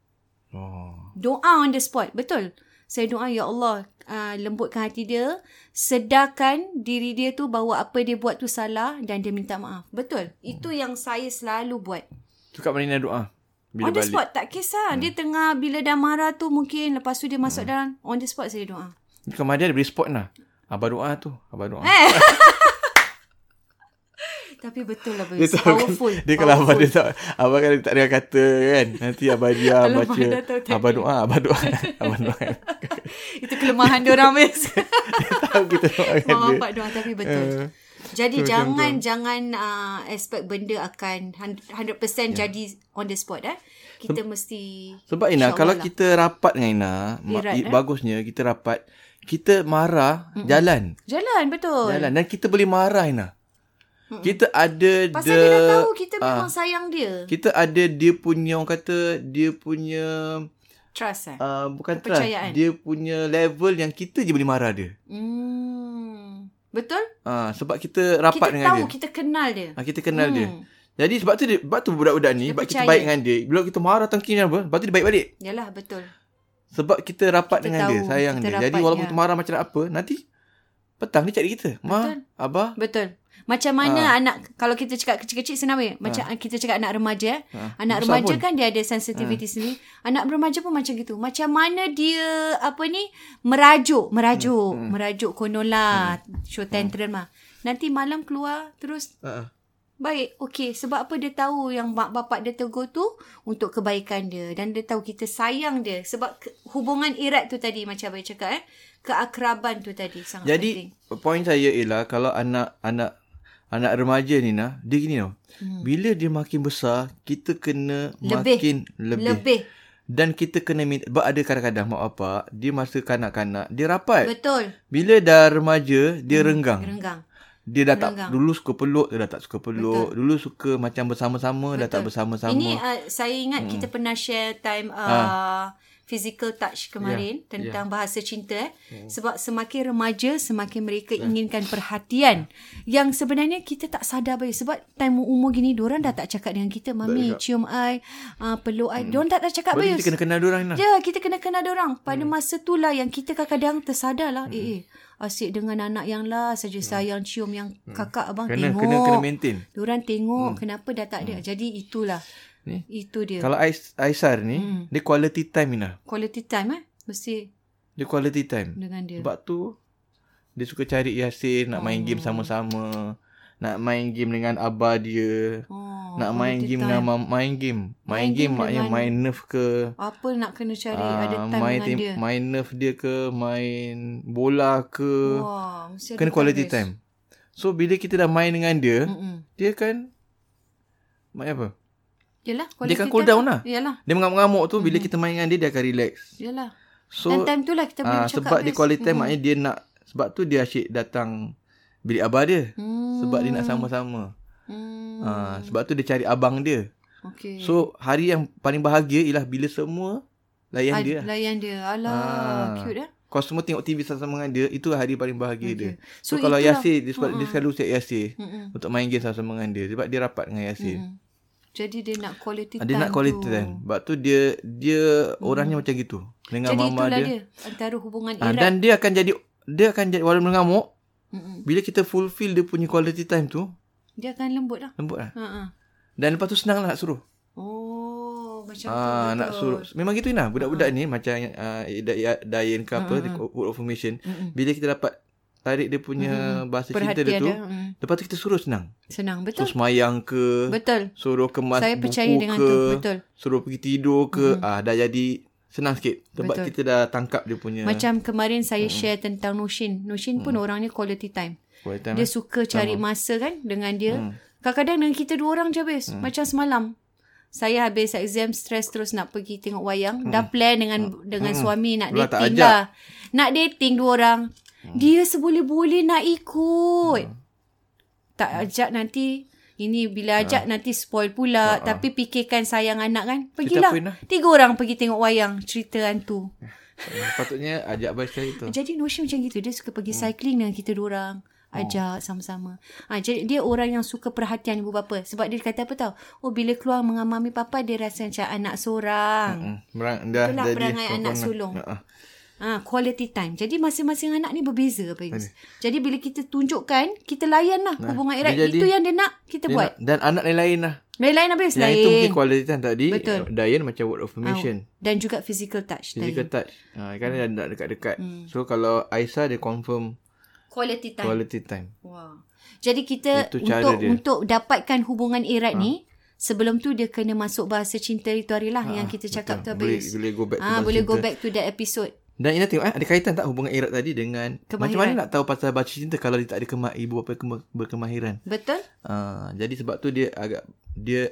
Speaker 2: Oh.
Speaker 1: Doa on the spot. Betul. Saya doa, Ya Allah, uh, lembutkan hati dia. Sedarkan diri dia tu bahawa apa dia buat tu salah dan dia minta maaf. Betul. Itu
Speaker 2: Hmm.
Speaker 1: yang saya selalu buat.
Speaker 2: Tu kat Marina doa. ah. Bila
Speaker 1: on the
Speaker 2: balik. Hmm.
Speaker 1: spot, tak kisah. Dia tengah, bila dah marah tu mungkin. Lepas tu dia masuk dalam. On the spot saya doa.
Speaker 2: Bukan Madia dia beri spot lah. Abang doa tu. ah. Abang
Speaker 1: Eh,
Speaker 2: doa.
Speaker 1: Tapi betul lah,
Speaker 2: Dia
Speaker 1: Bayus.
Speaker 2: tahu
Speaker 1: Powerful.
Speaker 2: Kan, dia kalau abang dia tak Abang kan dia tak dengar kata kan Nanti abang dia
Speaker 1: Kalau
Speaker 2: baca
Speaker 1: abang dah tahu teknik.
Speaker 2: Abang doa Abang doa Abang kan? doa
Speaker 1: Itu kelemahan dia orang, Bayus.
Speaker 2: Dia tahu kita doa kan
Speaker 1: Mak
Speaker 2: dia Eh,
Speaker 1: bapak doa tapi betul. Jadi
Speaker 2: betul,
Speaker 1: jangan jangan uh, expect benda akan hun- 100%
Speaker 2: Ya.
Speaker 1: jadi on the spot eh. Kita mesti
Speaker 2: Sebab Ina
Speaker 1: InsyaAllah
Speaker 2: Kalau
Speaker 1: lah.
Speaker 2: kita rapat dengan Ina ma-
Speaker 1: Irat,
Speaker 2: i-
Speaker 1: eh?
Speaker 2: Bagusnya kita rapat Kita marah Jalan
Speaker 1: jalan betul.
Speaker 2: Jalan Dan kita boleh marah Ina Kita ada
Speaker 1: Pasal
Speaker 2: the,
Speaker 1: dia dah tahu kita
Speaker 2: ah,
Speaker 1: memang sayang dia.
Speaker 2: Kita ada dia punya Orang kata Dia punya
Speaker 1: Trust eh.
Speaker 2: uh, Bukan trust
Speaker 1: Kepercayaan.
Speaker 2: Dia punya level Yang kita je boleh marah dia
Speaker 1: Hmm. Betul?
Speaker 2: Ah, sebab kita
Speaker 1: kita
Speaker 2: rapat dengan
Speaker 1: tahu,
Speaker 2: dia.
Speaker 1: kita Mm. kenal dia.
Speaker 2: Ah, kita kenal hmm. dia. Jadi sebab tu dia, sebab tu budak-budak
Speaker 1: Dia
Speaker 2: ni, sebab kita
Speaker 1: percaya.
Speaker 2: baik dengan dia. Bila kita marah tangki apa, lepas tu dia baik balik.
Speaker 1: Yalah betul.
Speaker 2: Sebab kita rapat
Speaker 1: Kita
Speaker 2: dengan dia,
Speaker 1: tahu,
Speaker 2: sayang
Speaker 1: kita
Speaker 2: dia.
Speaker 1: rapat,
Speaker 2: Jadi walaupun
Speaker 1: ya.
Speaker 2: kita marah macam apa, nanti petang dia cari kita. Ma, abah.
Speaker 1: Betul. Macam mana ha.
Speaker 2: Ah.
Speaker 1: anak kalau kita cakap kecil-kecil senawi, macam kita cakap anak remaja eh.
Speaker 2: Ha.
Speaker 1: Ha. Anak
Speaker 2: Ah. Besar
Speaker 1: remaja
Speaker 2: pun. Ah.
Speaker 1: pun. kan dia ada sensitivity ha. sendiri. Anak remaja pun macam gitu. Macam mana dia apa ni merajuk, merajuk, hmm. merajuk konon lah
Speaker 2: Hmm.
Speaker 1: show tantrum lah. Nanti malam keluar terus
Speaker 2: Ha.
Speaker 1: Baik, okey. Sebab apa dia tahu yang mak bapak dia tegur tu untuk kebaikan dia. Dan dia tahu kita sayang dia. Sebab ke, hubungan erat tu tadi macam saya cakap eh. Keakraban tu tadi sangat penting.
Speaker 2: Jadi point saya ialah kalau anak anak anak remaja ni nah, dia gini tau. Hmm. Bila dia makin besar, kita kena
Speaker 1: Lebih.
Speaker 2: makin lebih.
Speaker 1: Lebih.
Speaker 2: Dan kita kena minta, sebab ada kadang-kadang mak bapak, dia masa kanak-kanak, dia rapat.
Speaker 1: Betul.
Speaker 2: Bila dah remaja, dia hmm, renggang.
Speaker 1: Renggang.
Speaker 2: Dia dah tak dulu suka peluk, dia dah tak suka peluk. Betul. Dulu suka macam bersama-sama, Betul. dah tak bersama-sama.
Speaker 1: Ini uh, saya ingat hmm. kita pernah share time uh, physical touch kemarin yeah. tentang yeah. bahasa cinta eh. Yeah. Sebab semakin remaja semakin mereka inginkan perhatian yang sebenarnya kita tak sadar baik sebab time umur gini diorang dah tak cakap dengan kita mami cium ai uh, peluk ai hmm. diorang tak dah cakap
Speaker 2: Baru
Speaker 1: baik.
Speaker 2: kita kena kenal diorang lah.
Speaker 1: Ya, kita kena kenal orang. Pada hmm. masa tu lah yang kita kadang-kadang tersadar lah. Hmm. Eh, eh, asyik dengan anak yang lah saja hmm. sayang cium yang kakak abang
Speaker 2: Kena,
Speaker 1: tengok.
Speaker 2: kena, kena maintain.
Speaker 1: Diorang tengok hmm. kenapa dah tak ada. Hmm. Jadi itulah.
Speaker 2: Ni.
Speaker 1: Itu dia.
Speaker 2: Kalau Ais, Aisar ni, hmm. dia quality time Ina.
Speaker 1: Quality time eh. Mesti
Speaker 2: Dia quality time.
Speaker 1: dengan dia.
Speaker 2: Sebab tu, dia suka cari Yasin,
Speaker 1: Oh.
Speaker 2: nak main game sama-sama. Nak main game dengan abah dia.
Speaker 1: Oh,
Speaker 2: nak main
Speaker 1: quality
Speaker 2: game
Speaker 1: time.
Speaker 2: dengan mam, main game. Main, main
Speaker 1: Main
Speaker 2: game,
Speaker 1: game
Speaker 2: maknanya
Speaker 1: dengan-
Speaker 2: main nerf ke.
Speaker 1: Apa nak kena cari.
Speaker 2: ah,
Speaker 1: ada time
Speaker 2: main,
Speaker 1: dengan
Speaker 2: tem-
Speaker 1: dia.
Speaker 2: main nerf dia ke, main bola ke.
Speaker 1: Wah, mesti ada
Speaker 2: Kena quality
Speaker 1: habis.
Speaker 2: time. So bila kita dah main dengan dia,
Speaker 1: Mm-mm.
Speaker 2: dia kan main apa?
Speaker 1: Yelah,
Speaker 2: Dia
Speaker 1: quality
Speaker 2: akan cool
Speaker 1: time
Speaker 2: down lah.
Speaker 1: Yelah,
Speaker 2: Dia mengamuk-ngamuk tu bila kita main dengan dia dia akan relax.
Speaker 1: yelah.
Speaker 2: So
Speaker 1: Hmm. Dan time tu lah kita boleh
Speaker 2: ah,
Speaker 1: bercakap.
Speaker 2: sebab dia
Speaker 1: habis.
Speaker 2: quality time maknanya dia nak sebab tu dia asyik datang bilik abah dia
Speaker 1: Hmm.
Speaker 2: sebab dia nak sama-sama.
Speaker 1: Hmm.
Speaker 2: Ah, sebab tu dia cari abang dia.
Speaker 1: Okey.
Speaker 2: So hari yang paling bahagia ialah bila semua layan dia. lah.
Speaker 1: Layan dia. Alah,
Speaker 2: Ah.
Speaker 1: cute eh.
Speaker 2: Kalau semua tengok TV sama-sama dengan dia, itu hari paling bahagia dia. So,
Speaker 1: So,
Speaker 2: kalau
Speaker 1: itulah. Hmm.
Speaker 2: Yasir, dia, sebab, dia selalu set Yasir untuk main game sama-sama dengan dia. Sebab dia rapat dengan Yasir.
Speaker 1: Jadi dia nak quality
Speaker 2: Dia
Speaker 1: time
Speaker 2: nak quality
Speaker 1: Eh, tu. Hmm.
Speaker 2: time. Sebab tu dia dia orangnya macam gitu. Dengan
Speaker 1: Jadi
Speaker 2: mama
Speaker 1: itulah
Speaker 2: dia.
Speaker 1: dia. Antara hubungan
Speaker 2: Ah,
Speaker 1: erat.
Speaker 2: dan dia akan jadi dia akan jadi walaupun mengamuk. Bila kita fulfill dia punya quality time tu,
Speaker 1: Dia akan lembut lah.
Speaker 2: lembut lah.
Speaker 1: Ha-ha.
Speaker 2: Dan lepas tu senang lah nak suruh.
Speaker 1: Oh, macam tu.
Speaker 2: Ah, nak suruh. Memang gitu
Speaker 1: Ah.
Speaker 2: lah. Budak-budak ni macam uh, Dayan ke apa,
Speaker 1: Hmm,
Speaker 2: uh word of formation. Bila kita dapat tarik dia punya bahasa cinta dia
Speaker 1: Hmm, Perhatian
Speaker 2: tu,
Speaker 1: dia, mm.
Speaker 2: lepas tu kita suruh senang.
Speaker 1: Senang,
Speaker 2: Suruh
Speaker 1: betul?
Speaker 2: semayang ke,
Speaker 1: Betul.
Speaker 2: suruh kemas
Speaker 1: Saya
Speaker 2: buku
Speaker 1: percaya dengan
Speaker 2: ke,
Speaker 1: tu, betul. Hmm.
Speaker 2: suruh pergi tidur ke, ah dah jadi senang sikit. Sebab
Speaker 1: Betul.
Speaker 2: kita dah tangkap dia punya
Speaker 1: Macam kemarin saya share tentang Nushin. Nushin pun orang ni quality time.
Speaker 2: quality time. eh? Hmm.
Speaker 1: Dia suka cari masa kan dengan dia.
Speaker 2: Mm.
Speaker 1: Kadang-kadang dengan kita dua orang je habis. Macam semalam. Saya habis exam stres terus nak pergi tengok
Speaker 2: Hmm.
Speaker 1: wayang. Dah plan dengan dengan suami nak
Speaker 2: Lah, tak
Speaker 1: dating
Speaker 2: ajak. Hmm.
Speaker 1: lah. Nak dating dua orang. Dia seboleh-boleh nak ikut. Tak
Speaker 2: Hmm.
Speaker 1: ajak nanti. Ini
Speaker 2: Ah.
Speaker 1: bila ajak nanti spoil pula. Tapi fikirkan sayang anak kan. Pergilah.
Speaker 2: apain lah.
Speaker 1: Tiga orang pergi tengok wayang. Cerita hantu.
Speaker 2: Eh, Patutnya ajak bicycle itu.
Speaker 1: Jadi notion macam gitu Dia suka pergi
Speaker 2: Hmm.
Speaker 1: cycling dengan kita dua orang Ajak sama-sama ha, Jadi dia orang yang suka perhatian ibu bapa Sebab dia kata apa tau Oh bila keluar mengamami papa Dia rasa macam anak seorang
Speaker 2: Hmm, merang, dah
Speaker 1: Itulah
Speaker 2: jadi
Speaker 1: perangai anak
Speaker 2: kekurangan.
Speaker 1: sulung.
Speaker 2: Ah, ah.
Speaker 1: ha, Quality time Jadi masing-masing anak ni berbeza Pais. Jadi bila kita tunjukkan Kita layan lah hubungan
Speaker 2: dia
Speaker 1: erat
Speaker 2: jadi-
Speaker 1: Itu yang dia nak Kita
Speaker 2: Dia
Speaker 1: buat
Speaker 2: nak- Dan anak lain-lain lah.
Speaker 1: Lain-lain habis
Speaker 2: Yang itu mungkin
Speaker 1: Lain
Speaker 2: quality time tadi.
Speaker 1: Betul. Oh,
Speaker 2: eh, Dian macam word of affirmation.
Speaker 1: Dan juga physical touch
Speaker 2: Physical
Speaker 1: tadi.
Speaker 2: touch. Ha, kan
Speaker 1: Hmm.
Speaker 2: dia nak dekat-dekat. So kalau Aisyah dia confirm
Speaker 1: Quality time
Speaker 2: quality time.
Speaker 1: Wah. Jadi kita
Speaker 2: Itu
Speaker 1: untuk
Speaker 2: cara dia.
Speaker 1: untuk dapatkan hubungan erat ha. ni sebelum tu dia kena masuk bahasa cinta itu hari lah ha, yang kita cakap tu
Speaker 2: Ah, betul.
Speaker 1: habis.
Speaker 2: Boleh- boleh go back to
Speaker 1: Ah,
Speaker 2: bahasa
Speaker 1: boleh go
Speaker 2: cinta.
Speaker 1: back to that episode.
Speaker 2: Dan Ina tengok eh, ada kaitan tak hubungan erat tadi dengan macam mana
Speaker 1: Kemahiran.
Speaker 2: nak tahu pasal baca cinta kalau dia tak ada kema, ibu bapa kema, berkemahiran.
Speaker 1: Betul?
Speaker 2: Ha, jadi sebab tu dia agak dia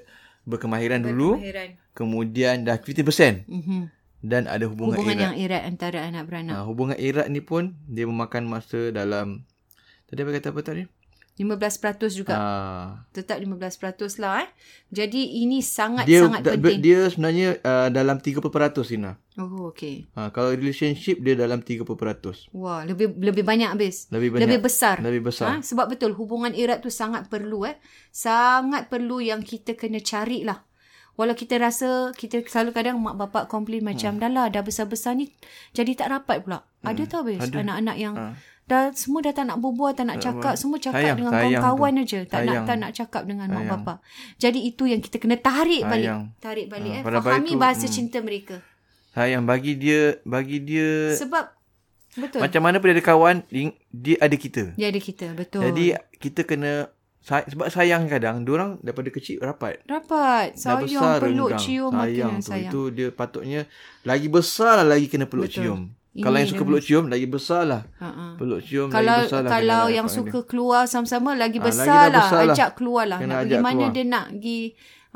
Speaker 2: berkemahiran, dulu
Speaker 1: Kemahiran.
Speaker 2: kemudian dah 50%
Speaker 1: Mm-hmm.
Speaker 2: dan ada hubungan,
Speaker 1: Hubungan
Speaker 2: hubungan
Speaker 1: yang
Speaker 2: erat.
Speaker 1: erat antara anak beranak.
Speaker 2: Ha, hubungan erat ni pun dia memakan masa dalam tadi apa kata apa tadi?
Speaker 1: 15% juga. Ha.
Speaker 2: Ah,
Speaker 1: Tetap 15% lah eh. Jadi ini sangat-sangat
Speaker 2: dia
Speaker 1: sangat
Speaker 2: da,
Speaker 1: penting.
Speaker 2: dia sebenarnya uh, dalam 30% Ina.
Speaker 1: Oh, okay.
Speaker 2: Ha, kalau relationship dia dalam 30%.
Speaker 1: Wah, lebih lebih banyak habis.
Speaker 2: Lebih banyak.
Speaker 1: Lebih besar.
Speaker 2: Lebih besar.
Speaker 1: Ha? Sebab betul hubungan erat tu sangat perlu eh. Sangat perlu yang kita kena cari lah. Walau kita rasa kita selalu kadang mak bapak komplain
Speaker 2: Hmm.
Speaker 1: macam dah lah dah besar-besar ni jadi tak rapat pula. Ada tau habis anak-anak yang dah semua dah tak nak berbual, tak nak cakap, semua cakap
Speaker 2: Ah. Eh, Sayang,
Speaker 1: dengan
Speaker 2: sayang
Speaker 1: kawan-kawan
Speaker 2: tu.
Speaker 1: aja, tak
Speaker 2: Sayang.
Speaker 1: nak tak nak cakap dengan mak bapak. Jadi itu yang kita kena tarik balik.
Speaker 2: Sayang.
Speaker 1: Tarik balik
Speaker 2: Ha,
Speaker 1: eh.
Speaker 2: pada baik
Speaker 1: Fahami
Speaker 2: tu,
Speaker 1: bahasa cinta mereka.
Speaker 2: Sayang bagi dia bagi dia
Speaker 1: Sebab betul.
Speaker 2: Eh, macam mana pun dia ada kawan ing- dia ada kita.
Speaker 1: dia ada kita, betul.
Speaker 2: Jadi kita kena say, sebab sayang kadang orang daripada kecil rapat.
Speaker 1: Rapat. Sayang
Speaker 2: Dah besar
Speaker 1: peluk
Speaker 2: renggang.
Speaker 1: cium
Speaker 2: sayang
Speaker 1: makin
Speaker 2: tu.
Speaker 1: sayang.
Speaker 2: Itu dia patutnya lagi besar lah lagi kena peluk
Speaker 1: Betul.
Speaker 2: cium.
Speaker 1: Ini
Speaker 2: kalau yang suka
Speaker 1: dia.
Speaker 2: peluk cium lagi besar lah.
Speaker 1: Ha-ha.
Speaker 2: Peluk cium
Speaker 1: Ha, Kalau
Speaker 2: lagi besar lah.
Speaker 1: kalau
Speaker 2: kena
Speaker 1: yang
Speaker 2: rapat dengan
Speaker 1: suka keluar sama-sama lagi
Speaker 2: Ah, lagi
Speaker 1: besar,
Speaker 2: dah besar
Speaker 1: lah.
Speaker 2: lah.
Speaker 1: Ajak keluar lah.
Speaker 2: Kena
Speaker 1: Nak pergi
Speaker 2: ajak
Speaker 1: mana
Speaker 2: keluar. Ah.
Speaker 1: dia nak pergi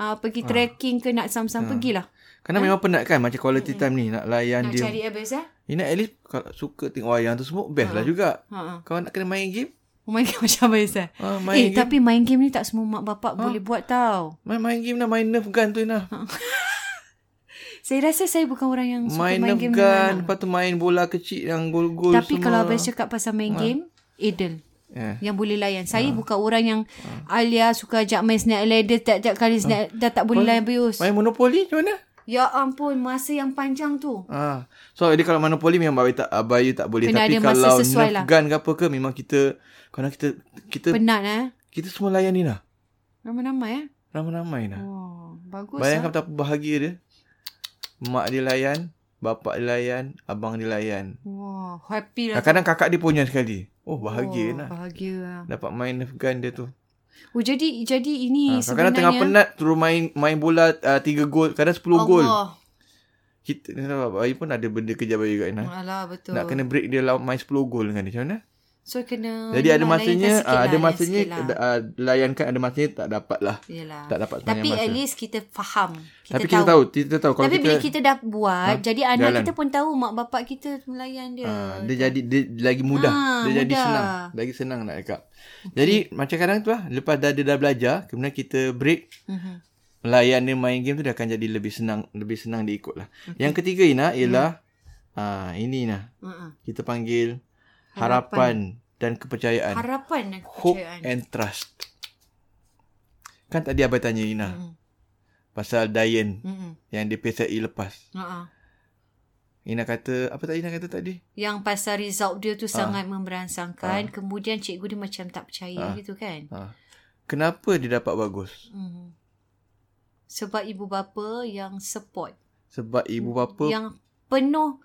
Speaker 1: uh, pergi trekking ke nak sama-sama pergilah.
Speaker 2: dia. Kerana memang penat kan macam quality time ni nak
Speaker 1: Eh?
Speaker 2: layan
Speaker 1: Hmm. Nak
Speaker 2: dia.
Speaker 1: cari habis eh.
Speaker 2: Ini at least kalau suka tengok wayang tu semua best
Speaker 1: Ha.
Speaker 2: lah juga.
Speaker 1: Ha-ha.
Speaker 2: Kalau nak kena main game,
Speaker 1: Oh my god macam habis eh.
Speaker 2: ah, main
Speaker 1: eh
Speaker 2: game. Ah.
Speaker 1: tapi main game ni tak semua mak bapak boleh buat tau.
Speaker 2: Main, main game lah, main nerf gun tu Inah.
Speaker 1: Saya rasa saya bukan orang yang Ha, suka
Speaker 2: main
Speaker 1: main,
Speaker 2: nerf
Speaker 1: game
Speaker 2: gun,
Speaker 1: dengan anak.
Speaker 2: lepas tu main bola kecil yang gol-gol
Speaker 1: Tapi
Speaker 2: semua. Ah.
Speaker 1: kalau abang cakap pasal main game, Eden.
Speaker 2: Eh.
Speaker 1: Yang boleh layan Saya bukan orang yang
Speaker 2: Ah.
Speaker 1: Alia suka ajak main snack ladder Tiap-tiap kali snack Dah tak boleh layan Bius
Speaker 2: Main monopoli macam mana?
Speaker 1: Ya ampun, masa yang panjang tu.
Speaker 2: Ah. So jadi kalau monopoli memang Abayu tak Abayu tak boleh
Speaker 1: Kena
Speaker 2: tapi
Speaker 1: ada masa
Speaker 2: kalau
Speaker 1: sesuai
Speaker 2: nerf
Speaker 1: lah.
Speaker 2: gun ke apa ke memang kita kalau kita kita
Speaker 1: Penat eh.
Speaker 2: kita semua layan ni lah.
Speaker 1: Ramai-ramai eh.
Speaker 2: Ramai-ramai lah.
Speaker 1: Oh, bagus
Speaker 2: Bayangkan betapa bahagia dia. Mak dia layan, bapak dia layan, abang dia layan.
Speaker 1: ah. Wah, happy lah.
Speaker 2: Kadang-kadang kakak dia punya sekali. Oh
Speaker 1: oh,
Speaker 2: bahagia lah.
Speaker 1: Bahagia lah.
Speaker 2: Dapat main nerf gun dia tu.
Speaker 1: Oh, jadi jadi ini
Speaker 2: Ah, kadang-kadang
Speaker 1: sebenarnya.
Speaker 2: tengah penat terus main main bola 3 gol, kadang 10 gol.
Speaker 1: Allah.
Speaker 2: Kita Abayu pun ada benda kerja Abayu kat Inah.
Speaker 1: Alah, betul.
Speaker 2: Eh? Nak kena break dia lawan main 10 gol dengan dia. Macam mana?
Speaker 1: So, kena...
Speaker 2: Jadi ada
Speaker 1: yalah,
Speaker 2: masanya
Speaker 1: layankan sikit
Speaker 2: ah,
Speaker 1: lah,
Speaker 2: ada
Speaker 1: layan
Speaker 2: masanya
Speaker 1: sikit lah.
Speaker 2: ah, layankan ada masanya tak dapat lah.
Speaker 1: Yelah.
Speaker 2: tak dapat sepanjang
Speaker 1: Tapi at
Speaker 2: masa.
Speaker 1: least kita faham. Kita
Speaker 2: Tapi kita tahu, kita tahu kalau
Speaker 1: Tapi
Speaker 2: kita,
Speaker 1: bila kita dah buat,
Speaker 2: Ha,
Speaker 1: jadi anak
Speaker 2: jalan.
Speaker 1: kita pun tahu mak bapak kita melayan dia.
Speaker 2: ah, dia jadi dia lagi mudah,
Speaker 1: Ah,
Speaker 2: dia jadi
Speaker 1: mudah.
Speaker 2: senang, lagi senang nak cakap. Jadi macam kadang tu lah lepas dah dia dah belajar, kemudian kita break
Speaker 1: Mhm.
Speaker 2: layan dia main game tu dia akan jadi lebih senang lebih senang diikut lah. Okay. Yang ketiga
Speaker 1: Hmm.
Speaker 2: Ina ialah yeah. ah ini Ina.
Speaker 1: Uh-uh.
Speaker 2: Kita panggil harapan, harapan dan kepercayaan.
Speaker 1: Harapan dan
Speaker 2: Kan. Hope
Speaker 1: kepercayaan.
Speaker 2: and trust. Kan tadi abai tanya
Speaker 1: Hmm.
Speaker 2: Ina
Speaker 1: Mhm.
Speaker 2: mm. pasal Dayan
Speaker 1: Mm-mm.
Speaker 2: yang dia PSI lepas.
Speaker 1: Uh-uh.
Speaker 2: Ina kata apa tadi Ina kata tadi?
Speaker 1: Yang pasal result dia tu
Speaker 2: Ah.
Speaker 1: sangat memberangsangkan. Kemudian cikgu dia macam tak percaya gitu kan.
Speaker 2: Ha. Kenapa dia dapat bagus?
Speaker 1: Mm. Sebab ibu bapa yang support.
Speaker 2: Sebab ibu bapa
Speaker 1: Yang penuh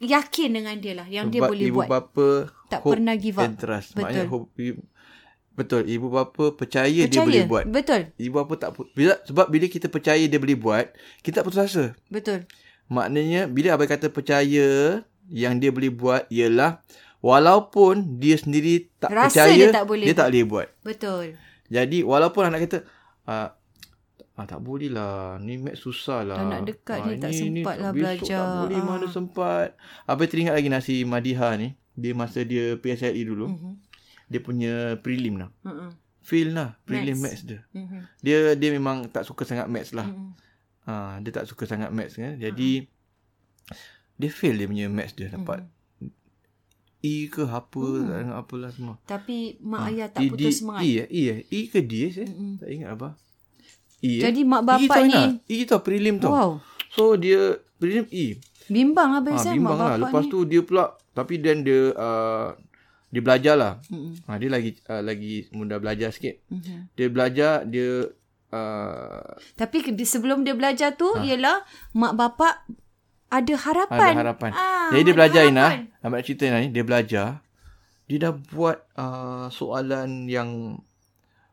Speaker 1: yakin dengan dia lah. Yang dia
Speaker 2: sebab
Speaker 1: boleh
Speaker 2: ibu
Speaker 1: buat.
Speaker 2: bapa
Speaker 1: Tak
Speaker 2: hope
Speaker 1: pernah give up.
Speaker 2: And trust.
Speaker 1: Betul.
Speaker 2: Maknanya hope i- betul ibu bapa percaya, dia
Speaker 1: Percaya.
Speaker 2: boleh buat.
Speaker 1: Betul.
Speaker 2: Ibu bapa tak pu- bila sebab bila kita percaya dia boleh buat, kita tak putus asa.
Speaker 1: Betul.
Speaker 2: Maknanya bila abai kata percaya yang dia boleh buat ialah walaupun dia sendiri tak
Speaker 1: Rasa
Speaker 2: percaya
Speaker 1: dia tak boleh
Speaker 2: dia tak boleh buat.
Speaker 1: Betul.
Speaker 2: Jadi walaupun anak kata ah, ah tak boleh lah ni mat susah lah.
Speaker 1: Dah nak dekat ni, tak sempat lah
Speaker 2: besok
Speaker 1: belajar.
Speaker 2: Tak boleh
Speaker 1: Ah.
Speaker 2: mana sempat. Abai teringat lagi nasi Madiha ni. Dia masa dia PSLE E dulu.
Speaker 1: Mhm.
Speaker 2: Dia punya prelim lah.
Speaker 1: Uh-uh.
Speaker 2: Fail lah prelim maths
Speaker 1: Maths.
Speaker 2: dia.
Speaker 1: Mhm.
Speaker 2: Dia dia memang tak suka sangat maths lah.
Speaker 1: Mhm.
Speaker 2: Ha, dia tak suka sangat maths
Speaker 1: Hmm.
Speaker 2: kan. Jadi dia fail dia punya maths dia dapat
Speaker 1: Hmm.
Speaker 2: E ke apa tak ingat apalah semua.
Speaker 1: Tapi mak ayah tak
Speaker 2: E, D,
Speaker 1: putus semangat.
Speaker 2: E, eh? e, eh? e ke D eh? saya Tak ingat apa. E, eh?
Speaker 1: Jadi mak bapak
Speaker 2: e, tau,
Speaker 1: ni-
Speaker 2: Ina. E tau prelim tau.
Speaker 1: Wow.
Speaker 2: So dia prelim E.
Speaker 1: Bimbang lah
Speaker 2: Ha,
Speaker 1: Baizan.
Speaker 2: bimbang
Speaker 1: mak
Speaker 2: lah.
Speaker 1: bapak
Speaker 2: Lepas
Speaker 1: ni.
Speaker 2: tu dia pula tapi then dia uh, dia belajar lah. Ha, dia lagi uh, lagi mudah belajar sikit.
Speaker 1: Mhm.
Speaker 2: Dia belajar dia uh,
Speaker 1: Tapi ke- sebelum dia belajar tu ialah mak bapak ada harapan.
Speaker 2: Ah. Ada harapan.
Speaker 1: Ah,
Speaker 2: Jadi dia
Speaker 1: ada
Speaker 2: belajar Ina.
Speaker 1: harapan.
Speaker 2: Abang nak cerita Ina ni. Dia belajar. Dia dah buat uh, soalan yang...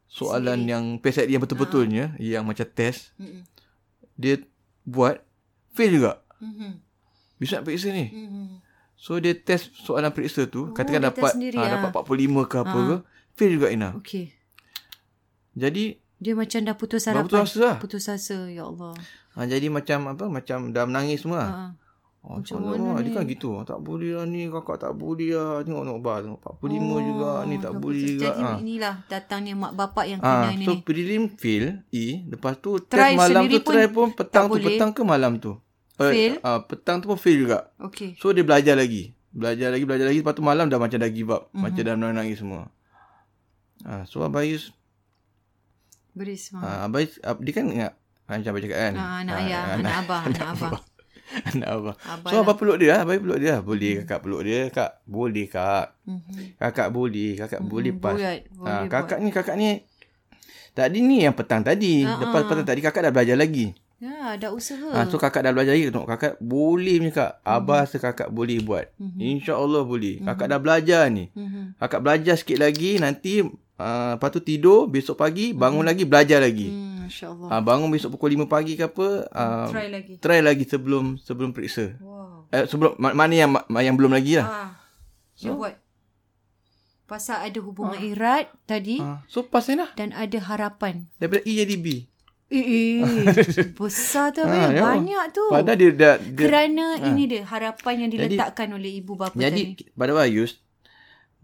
Speaker 2: Soalan Sendiri. yang PSAT yang betul-betulnya. Yang macam test.
Speaker 1: Ah. Mm-mm.
Speaker 2: Dia buat. Fail juga.
Speaker 1: Mhm.
Speaker 2: Bisa nak periksa ni.
Speaker 1: Mhm.
Speaker 2: So dia test soalan periksa tu. katakan
Speaker 1: Oh, dia test
Speaker 2: dapat
Speaker 1: sendiri,
Speaker 2: ah,
Speaker 1: ah.
Speaker 2: dapat 45 ke apa ke. Fail juga Ina.
Speaker 1: Okey.
Speaker 2: Jadi...
Speaker 1: Dia macam dah putus
Speaker 2: Dah
Speaker 1: harapan.
Speaker 2: putus asa lah.
Speaker 1: Putus asa, ya Allah.
Speaker 2: Ha, jadi macam apa? Macam dah menangis semua lah.
Speaker 1: Ha.
Speaker 2: Oh, macam mana Dia kan gitu. Tak boleh lah ni. Kakak tak boleh lah. Tengok notbar. Tengok 45 oh, juga. Ni tak boleh juga.
Speaker 1: Jadi
Speaker 2: ha.
Speaker 1: inilah datangnya mak bapak yang kena
Speaker 2: Ah,
Speaker 1: ini.
Speaker 2: so prelim fail E, lepas tu
Speaker 1: Try
Speaker 2: try test malam tu
Speaker 1: sendiri pun
Speaker 2: try pun petang
Speaker 1: tak
Speaker 2: tu
Speaker 1: boleh.
Speaker 2: petang ke malam tu. Eh,
Speaker 1: Fail.
Speaker 2: ah, petang tu pun fail juga.
Speaker 1: Okey.
Speaker 2: So dia belajar lagi. Belajar lagi, belajar lagi. Lepas tu malam dah macam dah give up.
Speaker 1: Mhm.
Speaker 2: Mm-hmm. Macam dah menangis semua. Ah, so Abayus,
Speaker 1: Beri semangat.
Speaker 2: ah, Abayus ah, dia kan ingat macam abang cakap kan.
Speaker 1: Ah, anak
Speaker 2: Ah,
Speaker 1: ayah,
Speaker 2: ah,
Speaker 1: anak abang, anak lah. abang.
Speaker 2: Anak abang.
Speaker 1: Abang
Speaker 2: so abang peluk dia, abang peluk dia. lah. Boleh kakak peluk dia, kak. Boleh kak.
Speaker 1: Mhm.
Speaker 2: Kakak boleh, kakak boleh pas.
Speaker 1: Buat,
Speaker 2: Ah,
Speaker 1: Hmm, boleh buat.
Speaker 2: kakak ni, kakak ni. Tadi ni yang petang tadi.
Speaker 1: Ah,
Speaker 2: Lepas
Speaker 1: ah.
Speaker 2: petang tadi kakak dah belajar lagi.
Speaker 1: Ya, dah usaha.
Speaker 2: Ha, so kakak dah belajar lagi tengok kakak boleh punya kak.
Speaker 1: Hmm.
Speaker 2: Abah rasa kakak boleh buat.
Speaker 1: Mhm.
Speaker 2: InsyaAllah boleh.
Speaker 1: Hmm.
Speaker 2: Kakak dah belajar ni.
Speaker 1: Mhm.
Speaker 2: Kakak belajar sikit lagi nanti uh, lepas tu tidur besok pagi bangun lagi belajar lagi.
Speaker 1: Hmm, InsyaAllah.
Speaker 2: Ha, bangun besok pukul 5 pagi ke apa uh,
Speaker 1: Try lagi.
Speaker 2: try lagi sebelum sebelum periksa.
Speaker 1: Wow.
Speaker 2: Eh, sebelum ma- mana yang ma- yang belum lagi
Speaker 1: Ah,
Speaker 2: lah.
Speaker 1: dia buat. Pasal ada hubungan
Speaker 2: Ah.
Speaker 1: erat tadi
Speaker 2: Ha, so pas ni lah.
Speaker 1: dan ada harapan.
Speaker 2: Daripada E jadi B.
Speaker 1: Eh, eh. besar tu. Ha,
Speaker 2: Ah, ya.
Speaker 1: banyak tu.
Speaker 2: Padahal dia dah dia,
Speaker 1: Kerana ini dia harapan yang diletakkan oleh ibu bapa
Speaker 2: Jadi
Speaker 1: tadi.
Speaker 2: pada Bayus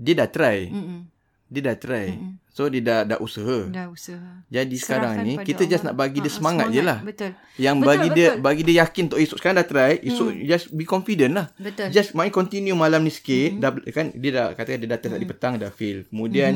Speaker 2: dia dah try.
Speaker 1: Mm-mm.
Speaker 2: Dia dah try. So dia dah dah usaha.
Speaker 1: Dah usaha.
Speaker 2: Jadi sekarang
Speaker 1: Serahkan
Speaker 2: ni
Speaker 1: pada
Speaker 2: kita just
Speaker 1: Allah.
Speaker 2: nak bagi dia
Speaker 1: Ah, ah,
Speaker 2: semangat, je lah.
Speaker 1: Betul.
Speaker 2: Yang
Speaker 1: Betul,
Speaker 2: bagi dia
Speaker 1: betul. Mm.
Speaker 2: bagi dia yakin untuk esok sekarang dah try, esok just be confident lah.
Speaker 1: Betul.
Speaker 2: Just main continue malam ni
Speaker 1: Mhm.
Speaker 2: sikit. Dah kan dia dah kata dia dah test tadi petang dah
Speaker 1: Mhm.
Speaker 2: fail. Kemudian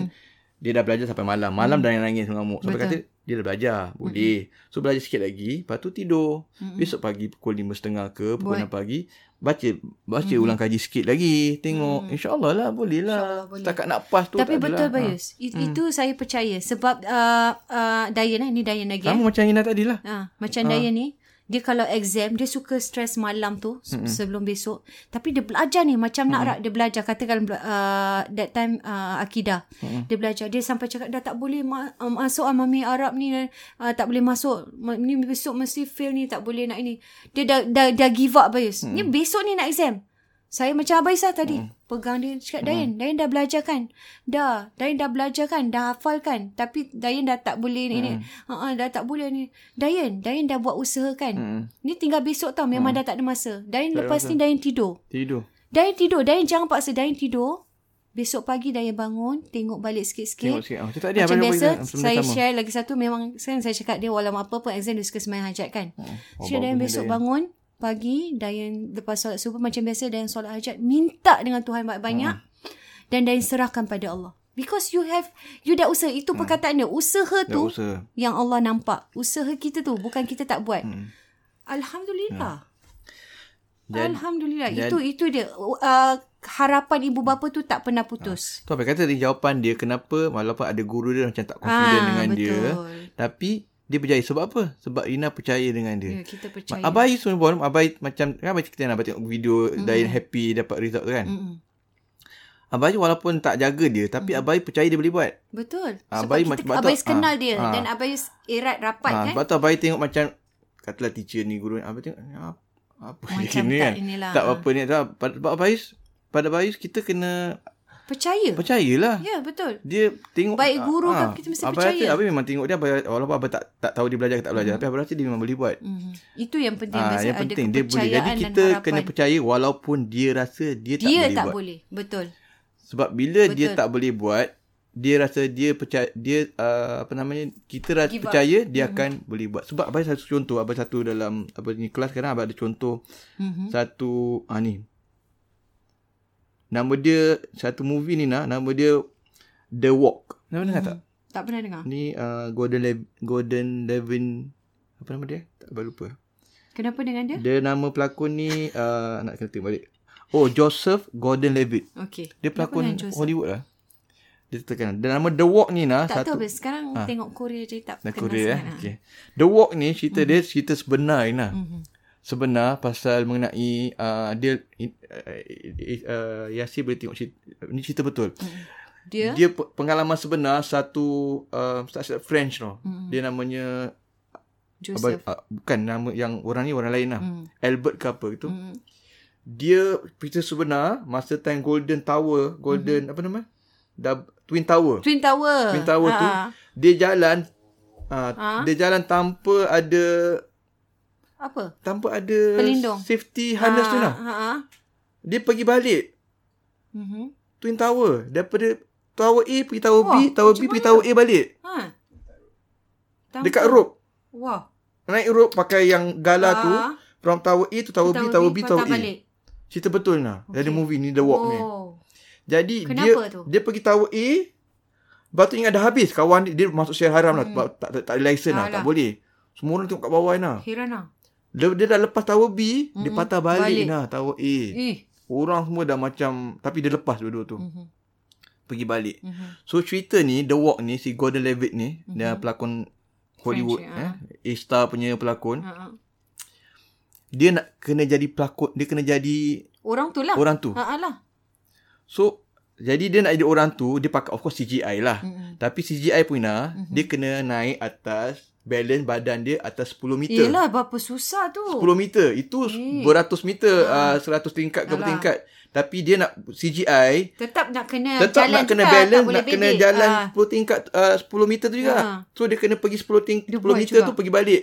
Speaker 2: dia dah belajar sampai malam. Malam dah nangis mengamuk. Sampai kata dia dah belajar.
Speaker 1: Mhm.
Speaker 2: Boleh. So belajar sikit lagi, lepas tu tidur. Besok pagi pukul 5.30 ke pukul 6 pagi baca baca ulang kaji sikit lagi. Tengok insya-Allah lah boleh
Speaker 1: Mhm.
Speaker 2: lah.
Speaker 1: InsyaAllah boleh.
Speaker 2: Setakat nak pas tu
Speaker 1: Tapi
Speaker 2: tak
Speaker 1: betul
Speaker 2: adalah. Ha. Ah. Hmm.
Speaker 1: Bayus. It- Itu saya percaya. Sebab uh, uh, Dayan, eh, ni Dayan lagi.
Speaker 2: Sama
Speaker 1: Eh.
Speaker 2: macam Ina tadi lah.
Speaker 1: Ha, macam Dayan ni. Dia kalau exam, dia suka stres malam tu se- sebelum besok. Tapi dia belajar ni. Macam nak rak dia belajar. Katakan uh, that time uh, Akidah. Dia belajar. Dia sampai cakap dah tak boleh ma- um, masuk ah, Mami Arab ni. Uh, tak boleh masuk. Ma- Ni besok mesti fail ni. Tak boleh nak ini. Dia dah, dah, dah give up Bayus. Ni besok ni nak exam. Saya macam Abang Isah tadi. Pegang dia cakap, Dayan, Dayan dah belajar kan? Dah. Dayan dah belajar kan? Dah hafal kan? Tapi Dayan dah tak boleh ni. ni. Ha, dah tak boleh ni. Dayan, Dayan dah buat usaha kan?
Speaker 2: Hmm.
Speaker 1: Ni tinggal besok tau. Memang dah tak ada masa. Dayan lepas ni Dayan tidur.
Speaker 2: Tidur.
Speaker 1: Dayan tidur. Dayan jangan paksa Dayan tidur. Besok pagi daya bangun, tengok balik sikit-sikit.
Speaker 2: Tengok sikit. Ah, macam tak ada,
Speaker 1: Macam
Speaker 2: abang
Speaker 1: biasa,
Speaker 2: buat benda
Speaker 1: saya
Speaker 2: sama.
Speaker 1: share lagi satu, memang sekarang saya cakap dia walau apa pun exam dia suka sembahyang hajat kan.
Speaker 2: Oh,
Speaker 1: So, Dayan
Speaker 2: bagusnya
Speaker 1: besok
Speaker 2: Dayan.
Speaker 1: bangun, pagi, Dayan lepas solat subuh, macam biasa Dayan solat hajat, minta dengan Tuhan banyak-banyak.
Speaker 2: Hmm.
Speaker 1: Dan Dayan serahkan pada Allah. Because you have, you dah usaha. Itu perkataan dia. Usaha
Speaker 2: Hmm. Dah
Speaker 1: tu
Speaker 2: usaha. Hmm.
Speaker 1: yang Allah nampak. Usaha kita tu, bukan kita tak buat. Alhamdulillah.
Speaker 2: Ya. Dan-
Speaker 1: Alhamdulillah.
Speaker 2: dan-
Speaker 1: itu itu dia uh, harapan ibu bapa tu tak pernah putus.
Speaker 2: Tu apa kata dia jawapan dia kenapa walaupun ada guru dia macam tak confident
Speaker 1: Ah,
Speaker 2: dengan dia.
Speaker 1: betul.
Speaker 2: Tapi dia berjaya sebab apa? Sebab Rina percaya dengan
Speaker 1: Ya,
Speaker 2: dia.
Speaker 1: kita percaya. Mm-hmm.
Speaker 2: Yeah, Abai semua pun Abai macam kan Abai cerita Abai tengok video mm. Dayan happy dapat result tu kan.
Speaker 1: Mm-mm.
Speaker 2: Abai walaupun tak jaga dia tapi
Speaker 1: Mm-hmm.
Speaker 2: Abai percaya dia boleh buat.
Speaker 1: Betul.
Speaker 2: Ah, Abai
Speaker 1: Sebab
Speaker 2: macam-
Speaker 1: kita,
Speaker 2: betul.
Speaker 1: abai kenal
Speaker 2: Ah,
Speaker 1: dia
Speaker 2: ah.
Speaker 1: dan abai erat rapat
Speaker 2: Ah,
Speaker 1: kan.
Speaker 2: Sebab tu Abai tengok macam katalah teacher ni guru ni Abai tengok ni apa apa ni
Speaker 1: Macam
Speaker 2: ni
Speaker 1: tak
Speaker 2: kan.
Speaker 1: inilah,
Speaker 2: Tak
Speaker 1: ah.
Speaker 2: apa ni Sebab pada Abai pada Abai kita kena
Speaker 1: Percaya.
Speaker 2: percayalah.
Speaker 1: Ya, betul.
Speaker 2: dia tengok
Speaker 1: Baik guru ke,
Speaker 2: ah,
Speaker 1: kita mesti
Speaker 2: abang
Speaker 1: percaya.
Speaker 2: Rasa, abang memang tengok dia abang, walaupun abang tak tak tahu dia belajar ke tak belajar mm. tapi abang rasa dia memang boleh buat.
Speaker 1: Mhm. Itu yang penting.
Speaker 2: Ah,
Speaker 1: Mesti
Speaker 2: yang
Speaker 1: ada
Speaker 2: penting dia boleh. Jadi
Speaker 1: kepercayaan dan
Speaker 2: kita
Speaker 1: harapan.
Speaker 2: kena percaya walaupun dia rasa dia tak
Speaker 1: dia
Speaker 2: boleh
Speaker 1: tak
Speaker 2: buat.
Speaker 1: boleh. Betul.
Speaker 2: Sebab bila Betul. dia
Speaker 1: Betul.
Speaker 2: tak boleh buat, dia rasa dia percaya dia uh, apa namanya kita rasa
Speaker 1: Give up. Mm-hmm.
Speaker 2: percaya dia akan boleh buat. Sebab abang satu contoh, abang satu dalam apa ni kelas sekarang abang ada contoh
Speaker 1: Mhm.
Speaker 2: satu ah ni. Nama dia satu movie ni nah, nama dia The Walk. Nama dengar tak?
Speaker 1: Tak pernah dengar.
Speaker 2: Ni uh, Gordon Le- Gordon Levin apa nama dia? Tak abang lupa.
Speaker 1: Kenapa dengan dia?
Speaker 2: Dia nama pelakon ni uh, nak kena tengok balik. Oh, Joseph Gordon Levitt.
Speaker 1: Okey.
Speaker 2: Hmm. Dia pelakon
Speaker 1: dengan Joseph?
Speaker 2: Hollywood lah. Dia terkenal. Dan nama The Walk ni nah
Speaker 1: Tak
Speaker 2: satu
Speaker 1: tahu habis. Sekarang tengok Korea je tak
Speaker 2: Nah,
Speaker 1: kenal
Speaker 2: Korea eh.
Speaker 1: sangat, ah.
Speaker 2: Okay. The Walk ni cerita mm. dia cerita sebenar ni nah.
Speaker 1: Mhm.
Speaker 2: Mm-hmm. Sebenar pasal mengenai uh, dia uh, uh, Yasir boleh tengok cerita, ni cerita betul. Mm.
Speaker 1: Dia
Speaker 2: Dia pe- pengalaman sebenar satu uh, tak silap French tau.
Speaker 1: Hmm.
Speaker 2: Mm. Dia namanya
Speaker 1: Mhm. Joseph.
Speaker 2: Abang, uh, bukan nama yang orang ni orang lain lah.
Speaker 1: Hmm.
Speaker 2: Albert ke apa gitu.
Speaker 1: Hmm.
Speaker 2: Dia cerita sebenar masa time Golden Tower,
Speaker 1: Mhm.
Speaker 2: Golden apa nama? Dab, Twin Tower.
Speaker 1: Twin Tower.
Speaker 2: Twin Tower tu
Speaker 1: Ah, ah.
Speaker 2: dia jalan uh, dia jalan tanpa ada
Speaker 1: Apa?
Speaker 2: tanpa ada
Speaker 1: Pelindung.
Speaker 2: safety harness tu lah.
Speaker 1: Ha ah.
Speaker 2: Dia pergi balik
Speaker 1: Mhm.
Speaker 2: Twin Tower daripada Tower A pergi Tower B,
Speaker 1: Wah,
Speaker 2: Tower B
Speaker 1: macam
Speaker 2: pergi
Speaker 1: mana?
Speaker 2: Tower A balik.
Speaker 1: Ha. Tanpa-
Speaker 2: Dekat rope.
Speaker 1: Wah.
Speaker 2: Naik rope pakai yang gala tu
Speaker 1: Ah.
Speaker 2: from Tower A to Tower, B, Tower B, Tower
Speaker 1: patah
Speaker 2: A.
Speaker 1: balik.
Speaker 2: Cerita betul lah. Okay. Dari
Speaker 1: Okey.
Speaker 2: movie ni The Walk ni.
Speaker 1: Oh.
Speaker 2: Jadi
Speaker 1: Kenapa
Speaker 2: dia
Speaker 1: tu?
Speaker 2: dia pergi tower A Lepas tu ingat dah habis Kawan dia, dia masuk share haram lah Sebab tak, tak, tak ada license lah Tak
Speaker 1: Hmm. Alah.
Speaker 2: boleh Semua orang tengok kat bawah lah
Speaker 1: Heran lah.
Speaker 2: dia, dia dah lepas tower B Dia patah balik,
Speaker 1: Hmm. balik.
Speaker 2: lah tower A
Speaker 1: Eh.
Speaker 2: Orang semua dah macam Tapi dia lepas dua-dua tu
Speaker 1: Mhm.
Speaker 2: Pergi balik
Speaker 1: Mhm.
Speaker 2: So cerita ni The Walk ni Si Gordon Levitt ni mm-hmm. Dia pelakon Hollywood
Speaker 1: Hmm. French, ah.
Speaker 2: eh? A-star punya pelakon
Speaker 1: Ha, ah.
Speaker 2: Dia nak kena jadi pelakon Dia kena jadi
Speaker 1: Orang tu lah.
Speaker 2: Orang tu
Speaker 1: Ha ah lah.
Speaker 2: So jadi dia nak jadi orang tu dia pakai of course CGI lah.
Speaker 1: Mm-mm.
Speaker 2: Tapi CGI pun Ina,
Speaker 1: Mhm.
Speaker 2: dia kena naik atas balance badan dia atas 10 meter.
Speaker 1: Yelah, berapa susah tu.
Speaker 2: 10 meter itu
Speaker 1: Eh.
Speaker 2: beratus meter
Speaker 1: Ah.
Speaker 2: uh, 100 tingkat ke berapa
Speaker 1: Alah.
Speaker 2: tingkat. Tapi dia nak CGI
Speaker 1: Tetap nak kena
Speaker 2: tetap
Speaker 1: jalan
Speaker 2: nak kena
Speaker 1: juga,
Speaker 2: balance
Speaker 1: tak boleh
Speaker 2: nak kena
Speaker 1: bedek.
Speaker 2: jalan
Speaker 1: Ah.
Speaker 2: 10 tingkat uh, 10 meter tu juga.
Speaker 1: Ha.
Speaker 2: So dia kena pergi 10 ting- 10
Speaker 1: Dia buat
Speaker 2: meter
Speaker 1: juga.
Speaker 2: tu pergi balik.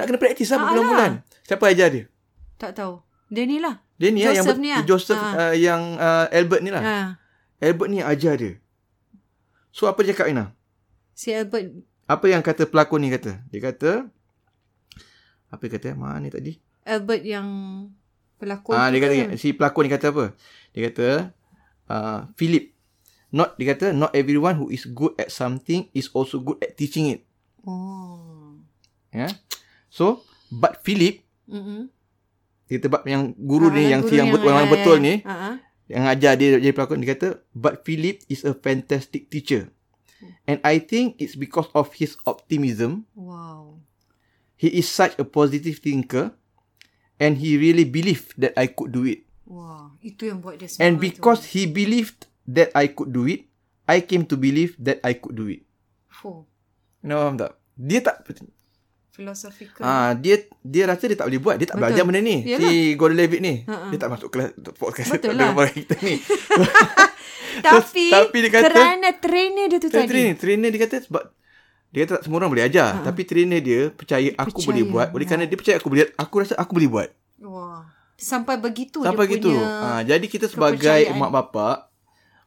Speaker 2: Nak kena praktis lah
Speaker 1: Ah,
Speaker 2: berbulan-bulan. Siapa ajar dia?
Speaker 1: Tak tahu. Dia ni lah.
Speaker 2: Dia ni lah yang
Speaker 1: Joseph
Speaker 2: ber-
Speaker 1: ni lah.
Speaker 2: Joseph
Speaker 1: Ah.
Speaker 2: uh, yang uh, Albert ni lah.
Speaker 1: Ha.
Speaker 2: Albert ni ajar dia. So apa dia cakap Ina?
Speaker 1: Si Albert.
Speaker 2: Apa yang kata pelakon ni kata? Dia kata apa dia kata? eh? Mana ni tadi?
Speaker 1: Albert yang pelakon.
Speaker 2: Ah ha,
Speaker 1: tu
Speaker 2: dia kata
Speaker 1: kan?
Speaker 2: si pelakon ni kata apa? Dia kata uh, Philip not dia kata not everyone who is good at something is also good at teaching it.
Speaker 1: Oh.
Speaker 2: Ya. Yeah? So but Philip
Speaker 1: Mm-mm.
Speaker 2: dia kata but yang guru
Speaker 1: Mhm.
Speaker 2: ni
Speaker 1: Ah,
Speaker 2: yang
Speaker 1: guru
Speaker 2: si yang, bet-
Speaker 1: ah,
Speaker 2: orang
Speaker 1: ah,
Speaker 2: betul
Speaker 1: ah,
Speaker 2: ni
Speaker 1: ah, ah.
Speaker 2: yang ajar dia jadi pelakon dia kata but Philip is a fantastic teacher. And I think it's because of his optimism
Speaker 1: Wow.
Speaker 2: He is such a positive thinker and he really believed that I could do it.
Speaker 1: Wow. Itu yang buat dia semangat
Speaker 2: And
Speaker 1: tu.
Speaker 2: because he believed that I could do it, I came to believe that I could do it.
Speaker 1: Fuh.
Speaker 2: You know, faham tak? Dia tak
Speaker 1: Philosophical.
Speaker 2: ah dia dia rasa dia tak boleh buat, dia tak
Speaker 1: Betul.
Speaker 2: belajar benda ni.
Speaker 1: Yalah.
Speaker 2: Si Gordon Levitt ni,
Speaker 1: Ha-ha.
Speaker 2: dia tak masuk kelas podcast
Speaker 1: Betul
Speaker 2: tak dengar
Speaker 1: lah.
Speaker 2: podcast kita ni.
Speaker 1: tapi,
Speaker 2: tapi dia kata-
Speaker 1: kerana trainer dia tu tadi.
Speaker 2: Trainer,
Speaker 1: Ha,
Speaker 2: trainer, trainer dia kata sebab dia kata tak semua orang boleh ajar, tapi trainer dia percaya aku
Speaker 1: Percaya.
Speaker 2: boleh buat. Oleh kerana dia percaya aku boleh, aku rasa aku boleh buat.
Speaker 1: Wah. Sampai begitu
Speaker 2: Sampai Ah,
Speaker 1: dia
Speaker 2: gitu.
Speaker 1: punya
Speaker 2: Ha, jadi kita sebagai
Speaker 1: kepercayaan.
Speaker 2: mak bapak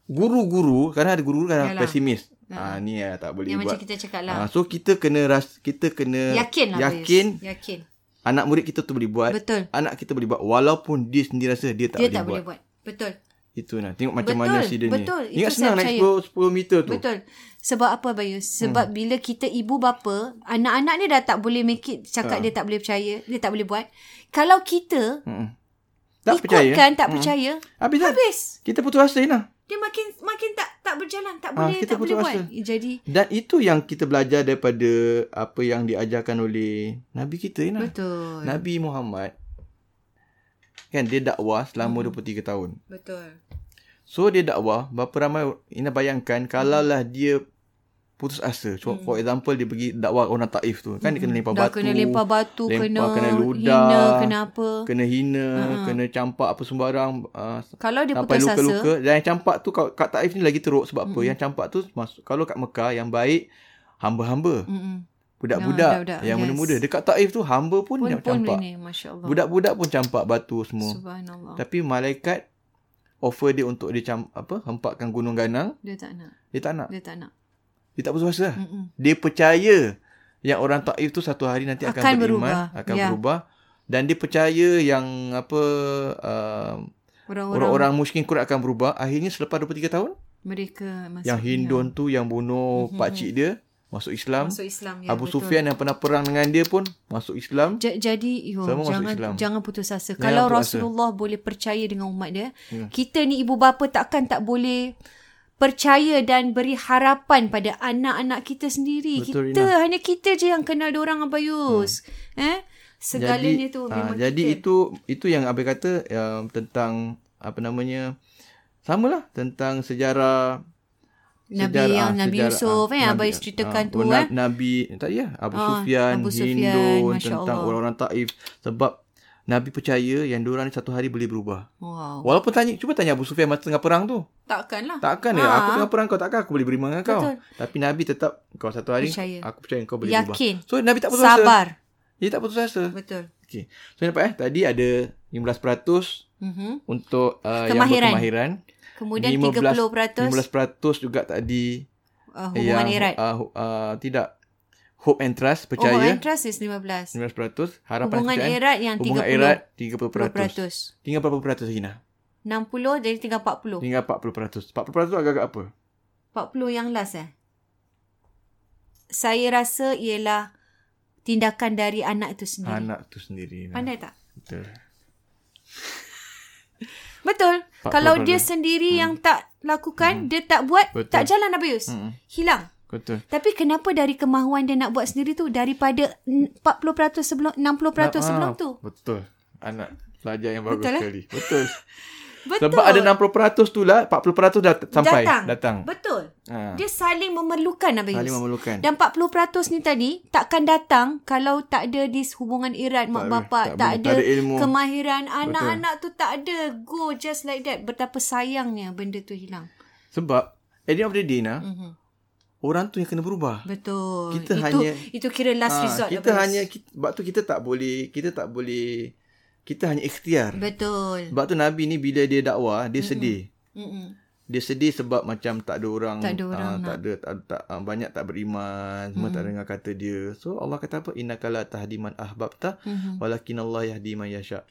Speaker 2: guru-guru kadang ada guru-guru kadang pesimis. Ha, ni lah tak boleh
Speaker 1: Yang
Speaker 2: buat.
Speaker 1: macam kita cakap lah.
Speaker 2: Ha, so kita kena ras, kita kena
Speaker 1: Yakin lah
Speaker 2: yakin
Speaker 1: Bayus. Yakin.
Speaker 2: anak murid kita tu boleh buat.
Speaker 1: Betul.
Speaker 2: Anak kita boleh buat walaupun dia sendiri rasa dia tak
Speaker 1: Dia
Speaker 2: boleh
Speaker 1: tak
Speaker 2: buat.
Speaker 1: boleh buat. Betul.
Speaker 2: Itu lah. Tengok macam mana
Speaker 1: Betul,
Speaker 2: si dia
Speaker 1: betul.
Speaker 2: ni. Ingat
Speaker 1: Itu
Speaker 2: senang
Speaker 1: saya
Speaker 2: naik
Speaker 1: percaya.
Speaker 2: 10, 10 meter tu.
Speaker 1: Betul. Sebab apa Bayus? Sebab hmm. bila kita ibu bapa, anak-anak ni dah tak boleh make it,
Speaker 2: Ah.
Speaker 1: cakap dia tak boleh percaya, dia tak boleh buat. Kalau kita
Speaker 2: Hmm.
Speaker 1: tak ikutkan percaya. kan, tak percaya,
Speaker 2: Mm. Habis, dah.
Speaker 1: habis.
Speaker 2: Kita putus asa lah.
Speaker 1: Dia makin makin tak tak berjalan, tak
Speaker 2: Ah,
Speaker 1: boleh
Speaker 2: kita
Speaker 1: tak boleh
Speaker 2: putus
Speaker 1: buat.
Speaker 2: asa.
Speaker 1: Jadi
Speaker 2: Dan itu yang kita belajar daripada apa yang diajarkan oleh Nabi kita lah. Ina.
Speaker 1: betul.
Speaker 2: Nabi Muhammad kan dia dakwah
Speaker 1: Hmm.
Speaker 2: selama 23 tahun.
Speaker 1: Betul.
Speaker 2: So dia dakwah, berapa ramai Ina bayangkan kalaulah
Speaker 1: Hmm.
Speaker 2: dia putus asa. So, For example dia pergi dakwah orang Taif tu. Kan dia kena lempar
Speaker 1: Hmm. Dah
Speaker 2: batu.
Speaker 1: kena lempar batu,
Speaker 2: lempar,
Speaker 1: kena,
Speaker 2: kena ludah,
Speaker 1: hina, kena apa.
Speaker 2: Kena hina, kena campak apa sembarang. Uh,
Speaker 1: Kalau Ha, dia
Speaker 2: sampai
Speaker 1: putus asa, Hmm.
Speaker 2: luka-luka. Dan yang campak tu kat, kat Taif ni lagi teruk sebab apa? Yang campak tu masuk kalau kat Mekah yang baik hamba-hamba,
Speaker 1: mm-mm, Ah,
Speaker 2: budak-budak
Speaker 1: budak-budak,
Speaker 2: yang
Speaker 1: yes.
Speaker 2: muda-muda. Dekat Taif tu hamba pun,
Speaker 1: pun
Speaker 2: pun
Speaker 1: pun
Speaker 2: campak.
Speaker 1: ni masya-Allah.
Speaker 2: Budak-budak pun campak batu semua.
Speaker 1: Subhanallah.
Speaker 2: Tapi malaikat offer dia untuk dia cam, apa hempakkan gunung ganang,
Speaker 1: Dia tak nak.
Speaker 2: dia tak nak.
Speaker 1: Dia tak nak.
Speaker 2: Dia tak putus asa.
Speaker 1: Mm-mm.
Speaker 2: Dia percaya yang orang Taif tu satu hari nanti akan,
Speaker 1: Akan
Speaker 2: beriman,
Speaker 1: berubah.
Speaker 2: akan
Speaker 1: Ya.
Speaker 2: berubah dan dia percaya yang apa uh,
Speaker 1: Orang-orang
Speaker 2: orang-orang musyrik Quraisy akan berubah. Akhirnya selepas 23 tahun
Speaker 1: mereka masuk
Speaker 2: yang Hindun tu yang bunuh mm-hmm. pakcik dia masuk Islam.
Speaker 1: Mhm, masuk Islam ya.
Speaker 2: Abu
Speaker 1: betul.
Speaker 2: Sufyan yang pernah perang dengan dia pun masuk Islam.
Speaker 1: Ja- Jadi yo,
Speaker 2: Semua masuk
Speaker 1: jangan
Speaker 2: Islam.
Speaker 1: jangan putus asa.
Speaker 2: Jangan
Speaker 1: Kalau
Speaker 2: putus asa. Ya.
Speaker 1: Rasulullah boleh percaya dengan umat dia, kita ni ibu bapa takkan tak boleh percaya dan beri harapan pada anak-anak kita sendiri.
Speaker 2: Betul,
Speaker 1: kita hanya kita je yang kenal dia orang Abayus. Eh? Segalanya tu
Speaker 2: ah,
Speaker 1: memang
Speaker 2: jadi
Speaker 1: kita.
Speaker 2: itu itu yang abai kata um, tentang apa namanya samalah tentang sejarah
Speaker 1: Nabi
Speaker 2: sejarah,
Speaker 1: yang
Speaker 2: ah,
Speaker 1: Nabi
Speaker 2: sejarah,
Speaker 1: Yusuf
Speaker 2: ah,
Speaker 1: eh
Speaker 2: Nabi-
Speaker 1: abai ceritakan
Speaker 2: ah,
Speaker 1: tu
Speaker 2: Na-
Speaker 1: eh.
Speaker 2: Nabi tak ya Abu
Speaker 1: Ah,
Speaker 2: Sufyan,
Speaker 1: Abu Sufyan,
Speaker 2: Hindun
Speaker 1: Masya
Speaker 2: tentang
Speaker 1: Allah.
Speaker 2: orang-orang Taif sebab Nabi percaya yang diorang ni satu hari boleh berubah.
Speaker 1: Wow.
Speaker 2: Walaupun tanya, cuba tanya Abu Sufyan masa tengah perang tu.
Speaker 1: Takkanlah.
Speaker 2: Takkan ya,
Speaker 1: Ha.
Speaker 2: aku tengah perang kau takkan aku boleh beriman dengan kau. Betul. Tapi Nabi tetap kau satu hari
Speaker 1: Percaya.
Speaker 2: aku percaya kau boleh
Speaker 1: Yakin.
Speaker 2: berubah. So Nabi tak putus asa.
Speaker 1: Sabar.
Speaker 2: Dia tak putus asa.
Speaker 1: Betul.
Speaker 2: Okey. So nampak eh tadi ada 15%
Speaker 1: Mhm.
Speaker 2: untuk uh,
Speaker 1: Kemahiran.
Speaker 2: yang berkemahiran.
Speaker 1: Kemudian 30%
Speaker 2: 15% juga tadi
Speaker 1: uh, hubungan
Speaker 2: yang
Speaker 1: erat.
Speaker 2: Uh, hu- uh, tidak hope and trust percaya.
Speaker 1: Oh, hubungan trust is 15.
Speaker 2: 15% harapan
Speaker 1: Hubungan
Speaker 2: kerjaan.
Speaker 1: erat yang 30.
Speaker 2: hubungan erat
Speaker 1: 20%.
Speaker 2: 30%. 30%. Tinggal berapa peratus Hina?
Speaker 1: 60 jadi tinggal 40.
Speaker 2: Tinggal 40%. 40% tu agak-agak apa?
Speaker 1: 40 yang last eh. Saya rasa ialah tindakan dari anak itu sendiri.
Speaker 2: Anak ya. tu sendiri. Hina.
Speaker 1: Pandai tak?
Speaker 2: Betul.
Speaker 1: Betul.
Speaker 2: 40%.
Speaker 1: Kalau dia sendiri yang tak lakukan, dia tak buat,
Speaker 2: Hmm. Betul.
Speaker 1: tak jalan Abayus. Hmm. Hilang.
Speaker 2: Betul.
Speaker 1: Tapi kenapa dari kemahuan dia nak buat sendiri tu daripada 40% sebelum 60% sebelum
Speaker 2: Ah,
Speaker 1: tu?
Speaker 2: Betul. Anak pelajar yang bagus
Speaker 1: Betul, eh?
Speaker 2: sekali. Betul.
Speaker 1: Betul.
Speaker 2: Sebab ada 60% tu lah, 40% dah t- sampai.
Speaker 1: datang.
Speaker 2: Datang.
Speaker 1: Betul.
Speaker 2: Ha.
Speaker 1: Dia saling memerlukan Abang
Speaker 2: Saling
Speaker 1: Yus.
Speaker 2: memerlukan.
Speaker 1: Dan 40% ni tadi takkan datang kalau tak ada this hubungan erat mak
Speaker 2: Tak
Speaker 1: bapak, tak,
Speaker 2: ada- tak boleh.
Speaker 1: ada,
Speaker 2: Tak ada ilmu.
Speaker 1: kemahiran anak-anak tu tak ada go just like that. Betapa sayangnya benda tu hilang.
Speaker 2: Sebab, at the end of the day nah,
Speaker 1: Hmm.
Speaker 2: orang tu yang kena berubah.
Speaker 1: Betul.
Speaker 2: Kita
Speaker 1: itu
Speaker 2: hanya-
Speaker 1: itu kira last
Speaker 2: Ah,
Speaker 1: resort
Speaker 2: kita
Speaker 1: Abang Yus.
Speaker 2: hanya, kita, sebab tu kita tak boleh, kita tak boleh, kita hanya ikhtiar.
Speaker 1: betul. Hmm. Mhm.
Speaker 2: Sebab tu Nabi ni bila dia dakwah, dia sedih.
Speaker 1: Mm-mm.
Speaker 2: Dia sedih sebab macam tak ada orang
Speaker 1: Tak ada orang Hmm.
Speaker 2: ah, tak ada tak, tak ah, banyak tak beriman, semua tak dengar kata dia. So Allah kata apa? Innaka la tahdi man ahbabta
Speaker 1: Mhm.
Speaker 2: walakin Allah yahdi man yasha.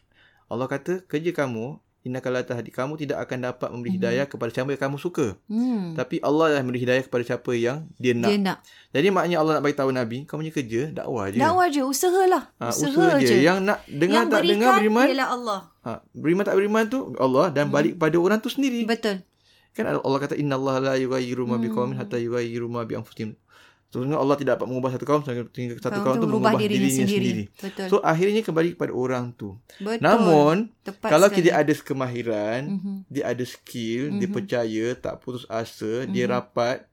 Speaker 2: Allah kata kerja kamu innaka la tahdi kamu tidak akan dapat memberi hidayah kepada siapa yang kamu suka.
Speaker 1: Hmm.
Speaker 2: Tapi Allah lah yang memberi hidayah kepada siapa yang dia nak.
Speaker 1: Dia nak.
Speaker 2: Jadi maknanya Allah nak bagi tahu Nabi, kamu punya kerja dakwah je.
Speaker 1: Dakwah je, usahalah.
Speaker 2: Ah,
Speaker 1: usaha,
Speaker 2: usaha
Speaker 1: je.
Speaker 2: je. Yang nak
Speaker 1: Yang
Speaker 2: dengar tak
Speaker 1: berikan
Speaker 2: dengar beriman,
Speaker 1: ialah Allah.
Speaker 2: ha, beriman tak beriman tu Allah dan
Speaker 1: Hmm.
Speaker 2: balik pada orang tu sendiri.
Speaker 1: Betul.
Speaker 2: Kan Allah kata inna Allah la yughayyiru ma
Speaker 1: Hmm.
Speaker 2: biqaumin hatta yughayyiru ma bi anfusihim. Sebenarnya Allah tidak dapat mengubah satu kaum sehingga satu kaum, tu mengubah dirinya, sendiri.
Speaker 1: Betul.
Speaker 2: So akhirnya kembali kepada orang tu.
Speaker 1: Betul.
Speaker 2: Namun
Speaker 1: Tepat
Speaker 2: kalau
Speaker 1: sekali. Hmm. Mhm.
Speaker 2: dia ada kemahiran, dia ada skill, dia percaya, tak putus asa, dia rapat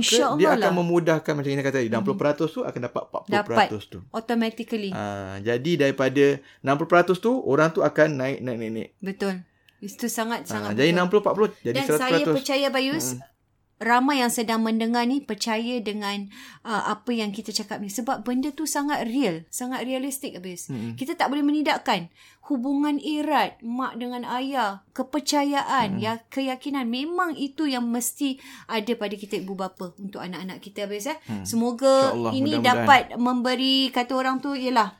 Speaker 1: Mhm. InsyaAllah
Speaker 2: dia akan
Speaker 1: lah. Mhm.
Speaker 2: memudahkan macam yang kata tadi 60% tu akan dapat 40%
Speaker 1: dapat Eh.
Speaker 2: tu.
Speaker 1: automatically.
Speaker 2: Ha, jadi daripada 60% tu orang tu akan naik naik naik naik.
Speaker 1: Betul. Itu sangat
Speaker 2: Ha,
Speaker 1: sangat
Speaker 2: jadi
Speaker 1: betul.
Speaker 2: 60 40
Speaker 1: Dan
Speaker 2: jadi 100%.
Speaker 1: saya percaya Bayus ramai yang sedang mendengar ni percaya dengan uh, apa yang kita cakap ni sebab benda tu sangat real, sangat realistik habis. Hmm. Kita tak boleh menidakkan hubungan erat mak dengan ayah, kepercayaan, hmm. ya keyakinan memang itu yang mesti ada pada kita ibu bapa untuk anak-anak kita habis eh. Hmm. Semoga
Speaker 2: Mm. InsyaAllah,
Speaker 1: ini
Speaker 2: mudah-mudahan.
Speaker 1: dapat memberi kata orang tu ialah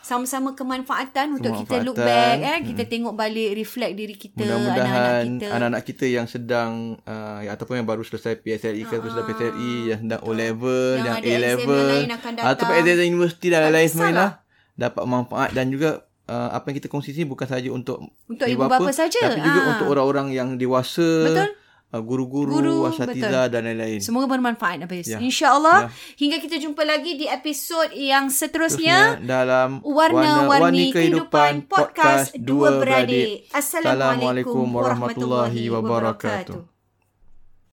Speaker 1: sama-sama kemanfaatan untuk kita look back
Speaker 2: Kemanfaatan.
Speaker 1: eh kita tengok balik reflect diri kita anak-anak
Speaker 2: Mudah-mudahan
Speaker 1: kita
Speaker 2: anak-anak kita yang sedang uh, ya, ataupun yang baru selesai PSLE E ke baru selesai PSLE yang sedang O-level,
Speaker 1: Ah, Yang ada exam
Speaker 2: yang Ah,
Speaker 1: yang
Speaker 2: A-level
Speaker 1: lain akan datang.
Speaker 2: ataupun exam universiti dan lain-lain
Speaker 1: kisahlah.
Speaker 2: sebenarnya lah dapat manfaat dan juga uh, apa yang kita kongsi ni bukan sahaja untuk
Speaker 1: Untuk ibu bapa saja.
Speaker 2: tapi juga
Speaker 1: Ah.
Speaker 2: untuk orang-orang yang dewasa
Speaker 1: Betul.
Speaker 2: uh, guru-guru
Speaker 1: Guru,
Speaker 2: asatiza dan lain-lain
Speaker 1: Semoga bermanfaat Abis. Yeah.
Speaker 2: Ya.
Speaker 1: InsyaAllah. Yeah. Hingga kita jumpa lagi di episod yang seterusnya.
Speaker 2: Terusnya dalam
Speaker 1: Warna-warni kehidupan podcast Dua Beradik. Assalamualaikum warahmatullahi wabarakatuh.